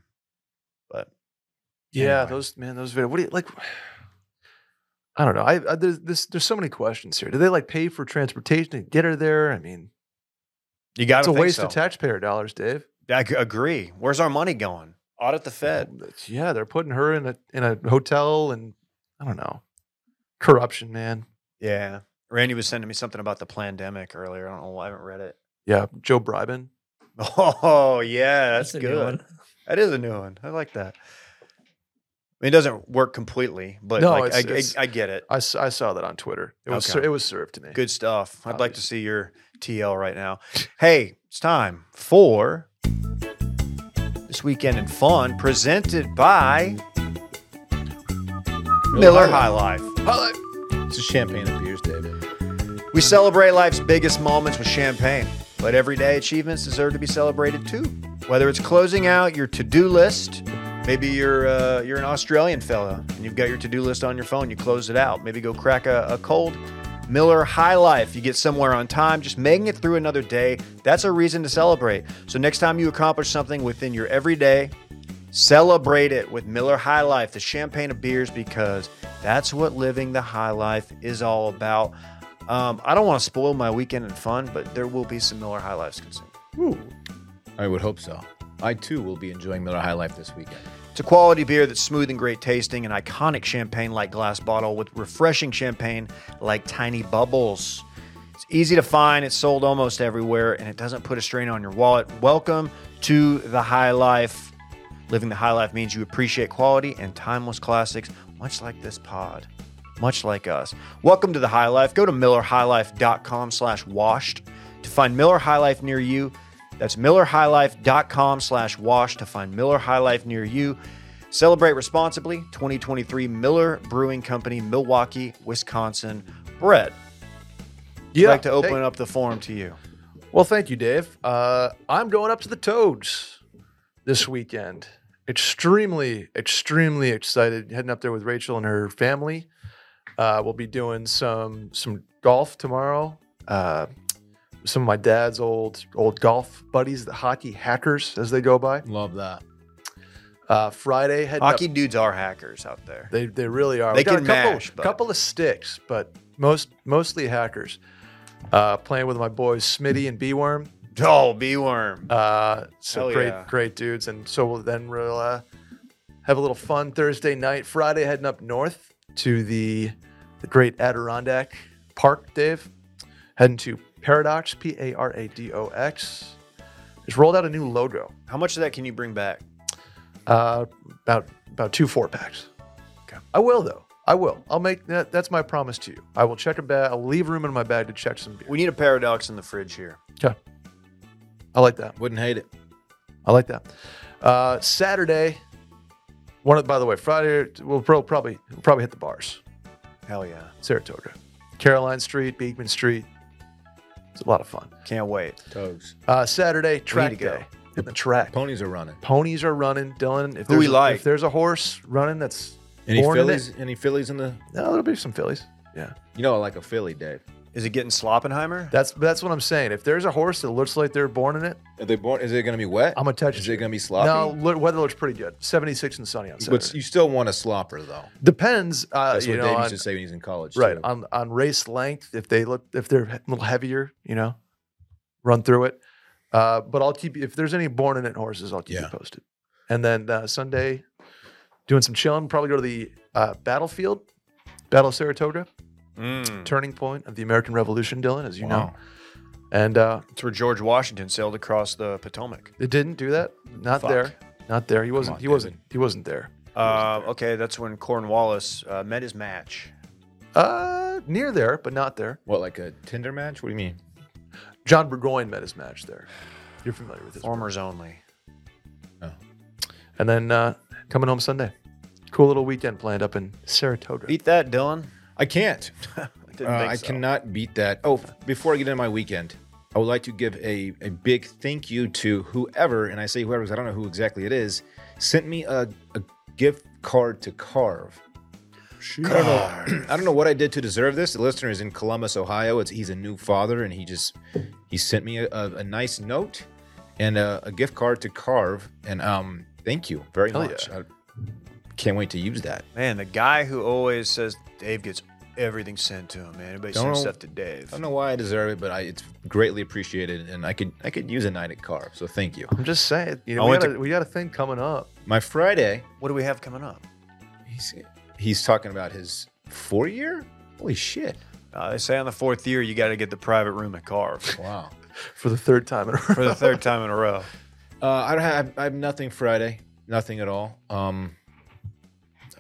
Yeah, Anyway. those man, those videos. What do you like? I don't know. I, I there's this, there's so many questions here. Do they like pay for transportation to get her there? I mean, You got it's a to waste so. of taxpayer dollars, Dave. I g- agree. Where's our money going? Audit the Fed. Yeah, they're putting her in a in a hotel, and I don't know. Corruption, man. Yeah. Randy was sending me something about the pandemic earlier. I don't know. why I haven't read it. (laughs) Yeah, Joe Bribin. Oh yeah, that's, a good. one. That is a new one. I like that. I mean, it doesn't work completely, but No, like, it's- I, it's- I, I get it. I, s- I saw that on Twitter. It was Okay. ser- it was served to me. Good stuff. I'd like to see your TL right now. Hey, it's time for this weekend in fun, presented by Miller High Life. Holla- It's a champagne and beers, David. We celebrate life's biggest moments with champagne, but everyday achievements deserve to be celebrated too. Whether it's closing out your to-do list, maybe you're uh, you're an Australian fella and you've got your to-do list on your phone, you close it out. Maybe go crack a, a cold Miller High Life. You get somewhere on time, just making it through another day. That's a reason to celebrate. So next time you accomplish something within your everyday, Celebrate it with Miller High Life, the champagne of beers, because that's what living the high life is all about. Um, I don't want to spoil my weekend and fun, but there will be some Miller High Lives consumed. I would hope so. I too will be enjoying Miller High Life this weekend. It's a quality beer that's smooth and great tasting, an iconic champagne like glass bottle with refreshing champagne like tiny bubbles. It's easy to find, it's sold almost everywhere, and it doesn't put a strain on your wallet. Welcome to the high life. Living the high life means you appreciate quality and timeless classics, much like this pod, much like us. Welcome to the high life. Go to millerhighlife.com slash washed to find Miller High Life near you. That's millerhighlife.com slash washed to find Miller High Life near you. Celebrate responsibly. 2023 Miller Brewing Company, Milwaukee, Wisconsin. Brett, Yeah. I'd like to open Hey. up the forum to you. Well, thank you, Dave. Uh, I'm going up to the Toads this weekend. Extremely, extremely excited. Heading up there with Rachel and her family. Uh, we'll be doing some some golf tomorrow. Uh, some of my dad's old old golf buddies, the hockey hackers as they go by. Love that. Uh, Friday, heading up- Hockey dudes are hackers out there. They they really are. They We got can a couple, mash, but- couple of sticks, but most mostly hackers. Uh, playing with my boys Smitty and B Worm. Oh, bee worm. Uh, so Hell great, yeah. great dudes, and so we'll, then we'll uh, have a little fun Thursday night, Friday heading up north to the the great Adirondack Park, Dave. Heading to Paradox, P A R A D O X. Just rolled out a new logo, How much of that can you bring back? uh, about about two four packs. Okay. I will though. I will. I'll make that. That's my promise to you. I will check a bag. I'll leave room in my bag to check some beer. We need a paradox in the fridge here. I like that. Wouldn't hate it. I like that. Uh, Saturday, one of by the way, Friday we'll pro- probably we'll probably hit the bars, Hell yeah. Saratoga, Caroline Street, Beekman Street. It's a lot of fun. Can't wait. Toes. Uh, Saturday track to go. day, hitting the track. Ponies are running. Ponies are running, Dylan. If Who we there's a- like? if there's a horse running, that's Any Born in Phillies? Any Phillies in the? no, there'll be some fillies. You know, I like a Philly, Dave. Is it getting Sloppenheimer? That's that's what I'm saying. If there's a horse that looks like they're born in it, Are they born? Is it going to be wet? I'm gonna touch Is it. it going to be sloppy? No, look, weather looks pretty good. 76 and sunny on but Saturday. you still want a slopper though. Depends, uh, That's you what know, Dave on- used to say when he was in college. right too. on on race length. If they look, if they're a little heavier, you know, run through it. Uh, but I'll keep if there's any born in it horses, I'll keep you Yeah. posted. And then uh, Sunday, doing some chilling. Probably go to the uh, battlefield, Battle of Saratoga, Hmm. Mm. turning point of the American Revolution, Dylan, as you know. Wow. And uh, It's where George Washington sailed across the Potomac. it didn't do that. Not Fuck. there. Not there. He wasn't. on, he wasn't. He wasn't there. Uh, okay, that's when Cornwallis uh, met his match. Uh, near there, but not there. What, like a Tinder match? What do you mean? John Burgoyne met his match there. You're familiar with this. Farmers only. And then uh, coming home Sunday. Cool little weekend planned up in Saratoga. Beat that, Dylan. I can't. I didn't Uh, think I so. cannot beat that. Oh, before I get into my weekend, I would like to give a, a big thank you to whoever, and I say whoever because I don't know who exactly it is, sent me a, a gift card to Carve. I don't know. (clears throat) I don't know what I did to deserve this. The listener is in Columbus, Ohio. It's he's a new father, and he just he sent me a, a, a nice note and a, a gift card to Carve. And um, thank you very Hell much. I can't wait to use that. Man, the guy who always says Dave gets everything sent to him, man. Everybody Don't- sends stuff to Dave. I don't know why I deserve it, but I, it's greatly appreciated, and I could I could use a night at Carve. So thank you. I'm just saying, you I know, we went got, to- a, we got a thing coming up. My Friday, What do we have coming up? he's he's talking about his four year. Holy shit! Uh, they say on the fourth year, you got to get the private room at Carve Wow. For the third time in a row. for the third time in a (laughs) row. Uh, I don't have I have nothing Friday, nothing at all. Um,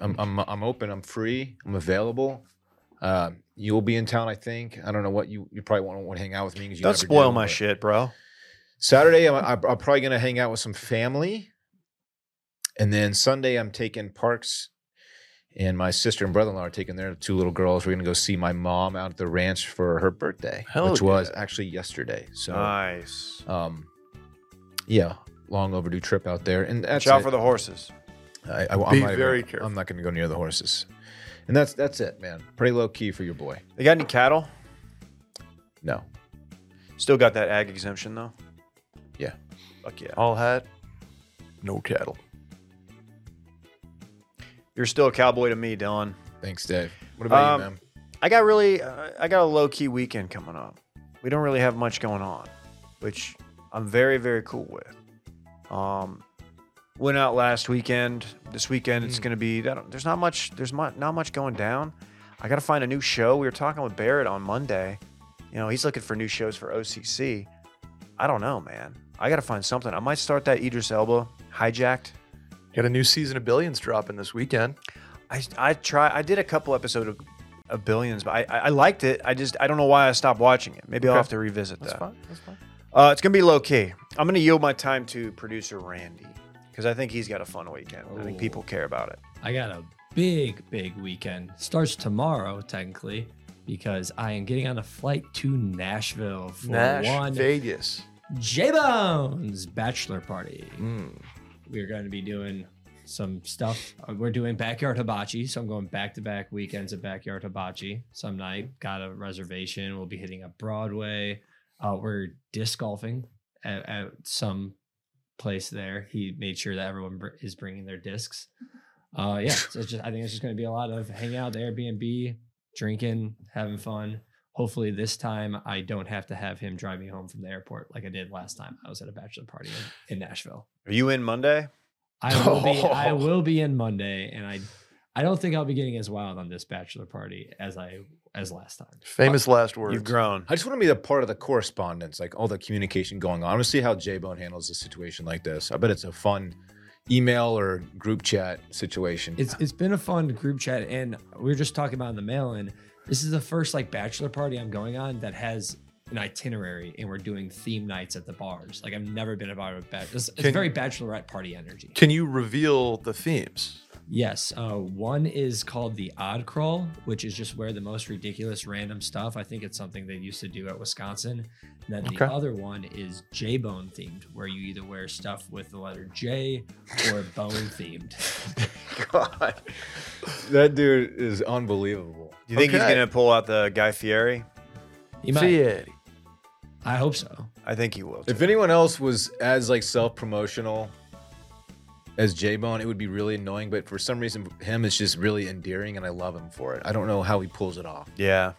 I'm I'm I'm open. I'm free. I'm available. Uh, you'll be in town, I think. I don't know what you you probably won't want to hang out with me. 'cause you Don't never spoil do, my but- shit, bro. Saturday, I'm, I'm I'm probably going to hang out with some family. And then Sunday, I'm taking Parks and my sister and brother in law are taking their two little girls. We're going to go see my mom out at the ranch for her birthday, Hell which yeah. was actually yesterday. So, Nice. um, yeah, long overdue trip out there. And that's Watch out it. for the horses. I, I, I'm Be not even- very careful. I'm not going to go near the horses. And that's that's it, man. Pretty low key for your boy. They got any cattle? No, Still got that ag exemption though. Yeah. Fuck yeah. (laughs) All hat, no cattle. You're still a cowboy to me, Dylan. thanks, Dave. What about you, Um, man? I got really, uh, I got a low key weekend coming up. We don't really have much going on, which I'm very, very cool with. Um, went out last weekend. This weekend it's going to be. I don't, there's not much. There's mu- not much going down. I got to find a new show. We were talking with Barrett on Monday. You know, he's looking for new shows for OCC. I don't know, man. I got to find something. I might start that Idris Elba hijacked Got a new season of Billions dropping this weekend. I I try I did a couple episodes of, of Billions, but I, I I liked it. I just I don't know why I stopped watching it. Maybe I'll Okay. have to revisit That's that. fine. That's fine. Uh, it's gonna be low key. I'm gonna yield my time to producer Randy because I think he's got a fun weekend. I think Ooh. people care about it. I got a big, big weekend. Starts tomorrow, technically, because I am getting on a flight to Nashville for Nash, one Vegas. J Bones bachelor party. Mm. We're going to be doing some stuff. Uh, We're doing backyard hibachi. So I'm going back to back weekends of backyard hibachi. Some night, got a reservation. We'll be hitting up Broadway. Uh, we're disc golfing at, at some place there. He made sure that everyone br- is bringing their discs. Uh, yeah, so it's just, I think it's just going to be a lot of hanging out, at Airbnb, drinking, having fun. Hopefully, this time I don't have to have him drive me home from the airport like I did last time I was at a bachelor party in, in Nashville. Are you in Monday? I will be I will be in Monday, and I I don't think I'll be getting as wild on this bachelor party as I as last time. Famous last words. Uh, You've grown. I just want to be a part of the correspondence, like all the communication going on. I want to see how J Bone handles a situation like this. I bet it's a fun email or group chat situation. It's it's been a fun group chat, and we were just talking about in the mail, and this is the first like bachelor party I'm going on that has an itinerary, and we're doing theme nights at the bars. Like I've never been about a bachelor. It's, it's Can- very bachelorette party energy. Can you reveal the themes? Yes. Uh, one is called the Odd Crawl, which is just where the most ridiculous random stuff. I think it's something they used to do at Wisconsin. And then Okay. the other one is J Bone themed, where you either wear stuff with the letter J (laughs) or bone themed. (laughs) God, that dude is unbelievable. Do you think he's Okay. gonna pull out the Guy Fieri? He might. Fieri. I hope so. I think he will. If too. anyone else was as like self promotional as J Bone, it would be really annoying. But for some reason, him is just really endearing, and I love him for it. I don't know how he pulls it off. yeah,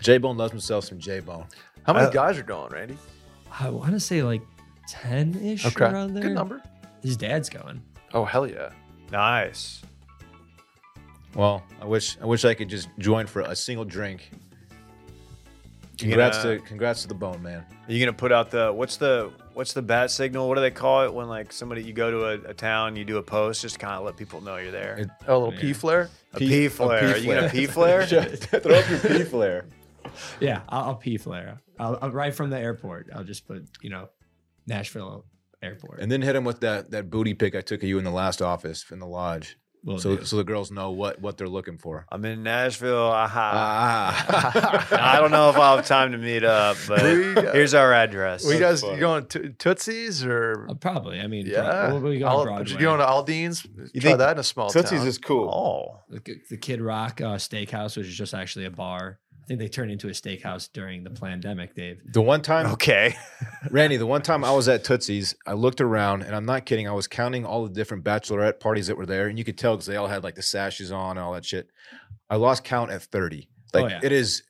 J Bone loves himself some J Bone. How many Uh, guys are going, Randy? I want to say like 10 ish Okay. around there. Good number. His dad's going. Oh, hell yeah. nice. Well, I wish I wish I could just join for a single drink. Congrats gonna- to congrats to the Bone Man. Are you gonna put out the what's the what's the bat signal? What do they call it when like somebody you go to a, a town, you do a post, just kind of let people know you're there. It- Oh, a little Yeah. P flare. a P- P a flare. P Are you gonna flare. P (laughs) flare? (laughs) Throw up your P flare. Yeah, I'll, I'll pee flare. I'll, I'll, right from the airport. I'll just put, you know, Nashville airport. And then hit him with that that booty pick I took of you in the last office in the lodge. Oh, Will so do. so the girls know what what they're looking for. I'm in Nashville. Aha. Ah. I don't know if I'll have time to meet up, but We got- here's our address. We So guys, funny. you going to Tootsie's or? Uh, probably. I mean, yeah. Bro- what we Al- got on Should Broadway. you go to Aldine's? You Try think- that in a (laughs) Ah. small town. cool. oh, the, the Kid Rock uh, Steakhouse, which is just actually a bar. I think they turned into a steakhouse during the pandemic, Dave. The one time okay. (laughs) Randy, the one time I was at Tootsie's, I looked around and I'm not kidding. I was counting all the different bachelorette parties that were there, and you could tell because they all had like the sashes on and all that shit. I lost count at 30. Oh, Like yeah. it is,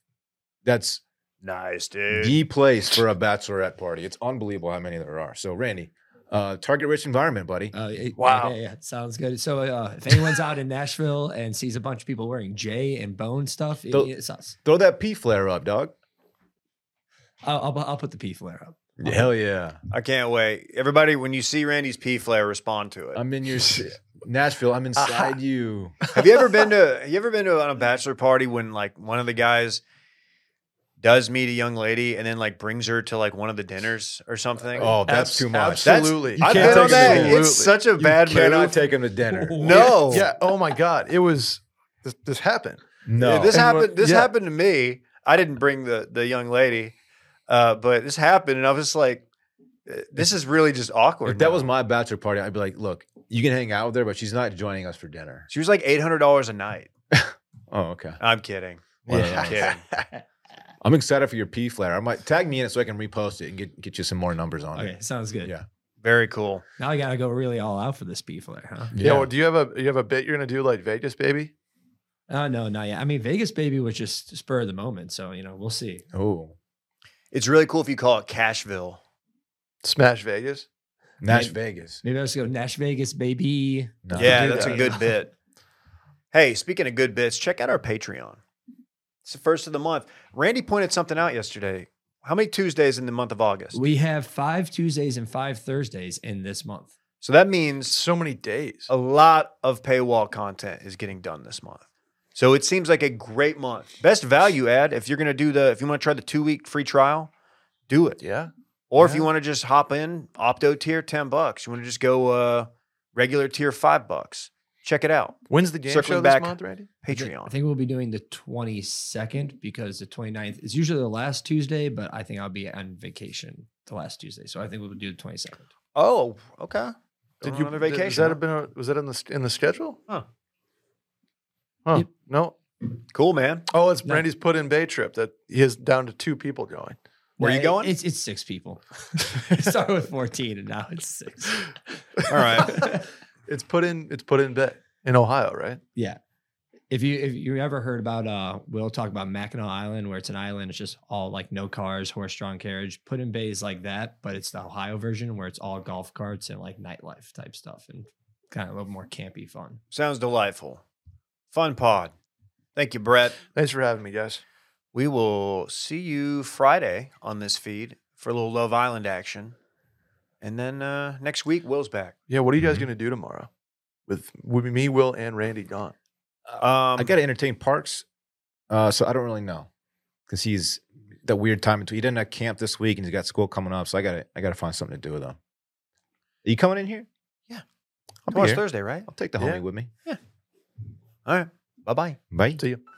that's Nice, dude. the place for a bachelorette party. It's unbelievable how many there are. So, Randy, uh, target rich environment, buddy. Uh, it- Wow. Yeah, yeah, yeah, sounds good. So uh, if anyone's out in Nashville and sees a bunch of people wearing J and Bone stuff, it- Don't- it's us. Throw that P flare up, dog. I'll, I'll, I'll put the P flare up. Hell yeah. I can't wait. Everybody, when you see Randy's P flare, respond to it. I'm in your ci- Nashville. I'm inside you. Have you ever been to have you ever been to on a bachelor party when like one of the guys does meet a young lady and then like brings her to like one of the dinners or something? (laughs) Oh, that's Abs- too much. That's- Absolutely. you I've can't been on take it that. anymore. It's such a bad you cannot move. take him (laughs) to dinner. no. Yeah. Oh my God. It was. This, this happened. No. Yeah, this And happened. what- This yeah. happened to me. I didn't bring the the young lady, uh, but this happened, and I was just like, uh, "This is really just awkward." If that now. was my bachelor party, I'd be like, look, you can hang out with her, but she's not joining us for dinner. she was like eight hundred dollars a night. Oh, okay. I'm (laughs) kidding. Wow. I'm kidding. uh, I'm excited for your P flare. I might tag me in it so I can repost it and get, get you some more numbers on Okay, it. sounds good. Yeah. Very cool. Now I gotta go really all out for this P flare, huh? Yeah. well, do you have a you have a bit you're gonna do like Vegas, baby? Oh no, not yet. I mean, Vegas baby was just spur of the moment, so you know we'll see. Oh, It's really cool if you call it Cashville. Smash Vegas. Nash Maybe- Vegas. Maybe I'll just go Nash Vegas baby. No. Yeah, do that's a (laughs) that. good bit. Hey, speaking of good bits, check out our Patreon. It's the first of the month. Randy pointed something out yesterday. How many Tuesdays in the month of August? We have five Tuesdays and five Thursdays in this month. So that means So many days. a lot of paywall content is getting done this month. So it seems like a great month. Best value add, if you're going to do the, if you want to try the two week free trial, do it. Yeah. Or if Yeah. you want to just hop in, opto tier 10 bucks. You want to just go uh, regular tier five bucks. Check it out. When's the game Circling show back. this month, Randy? I thi- I Patreon. think we'll be doing the 22nd because the 29th is usually the last Tuesday, but I think I'll be on vacation the last Tuesday. So I think we'll do the 22nd. Oh, okay. Did you another th- vacation? Is that huh? have been a, was that in the s- in the schedule? Huh. Huh. Yep. No. cool, man. Oh, it's No. Randy's put in Bay Trip that he is down to two (gasps) people going. Where you it- going? It's, it's (laughs) six people. (laughs) It started with 14 and now it's six. All right. It's put in it's put in Bay in Ohio, right? (laughs) yeah. If you if you ever heard about uh we'll talk about Mackinac Island where it's an island, it's just all like no cars, horse drawn carriage, put in bays like that, but it's the Ohio version where it's all golf carts and like nightlife type stuff and kind of a little more campy fun. Sounds delightful. Fun pod. Thank you, Brett. Thanks for having me, guys. We will see you Friday on this feed for a little Love Island action. And then uh, next week, Will's back. Yeah, what are you guys Mhm. gonna do tomorrow? With with me, Will, and Randy gone. Um, I got to entertain Parks. Uh, so I don't really know because he's that weird time between. He didn't have camp this week and he's got school coming up. So I got to I got to find something to do with him. Are you coming in here? Yeah. I'll be tomorrow's here. Thursday, right? I'll take the Yeah. homie with me. All right. Bye bye. Bye. See you.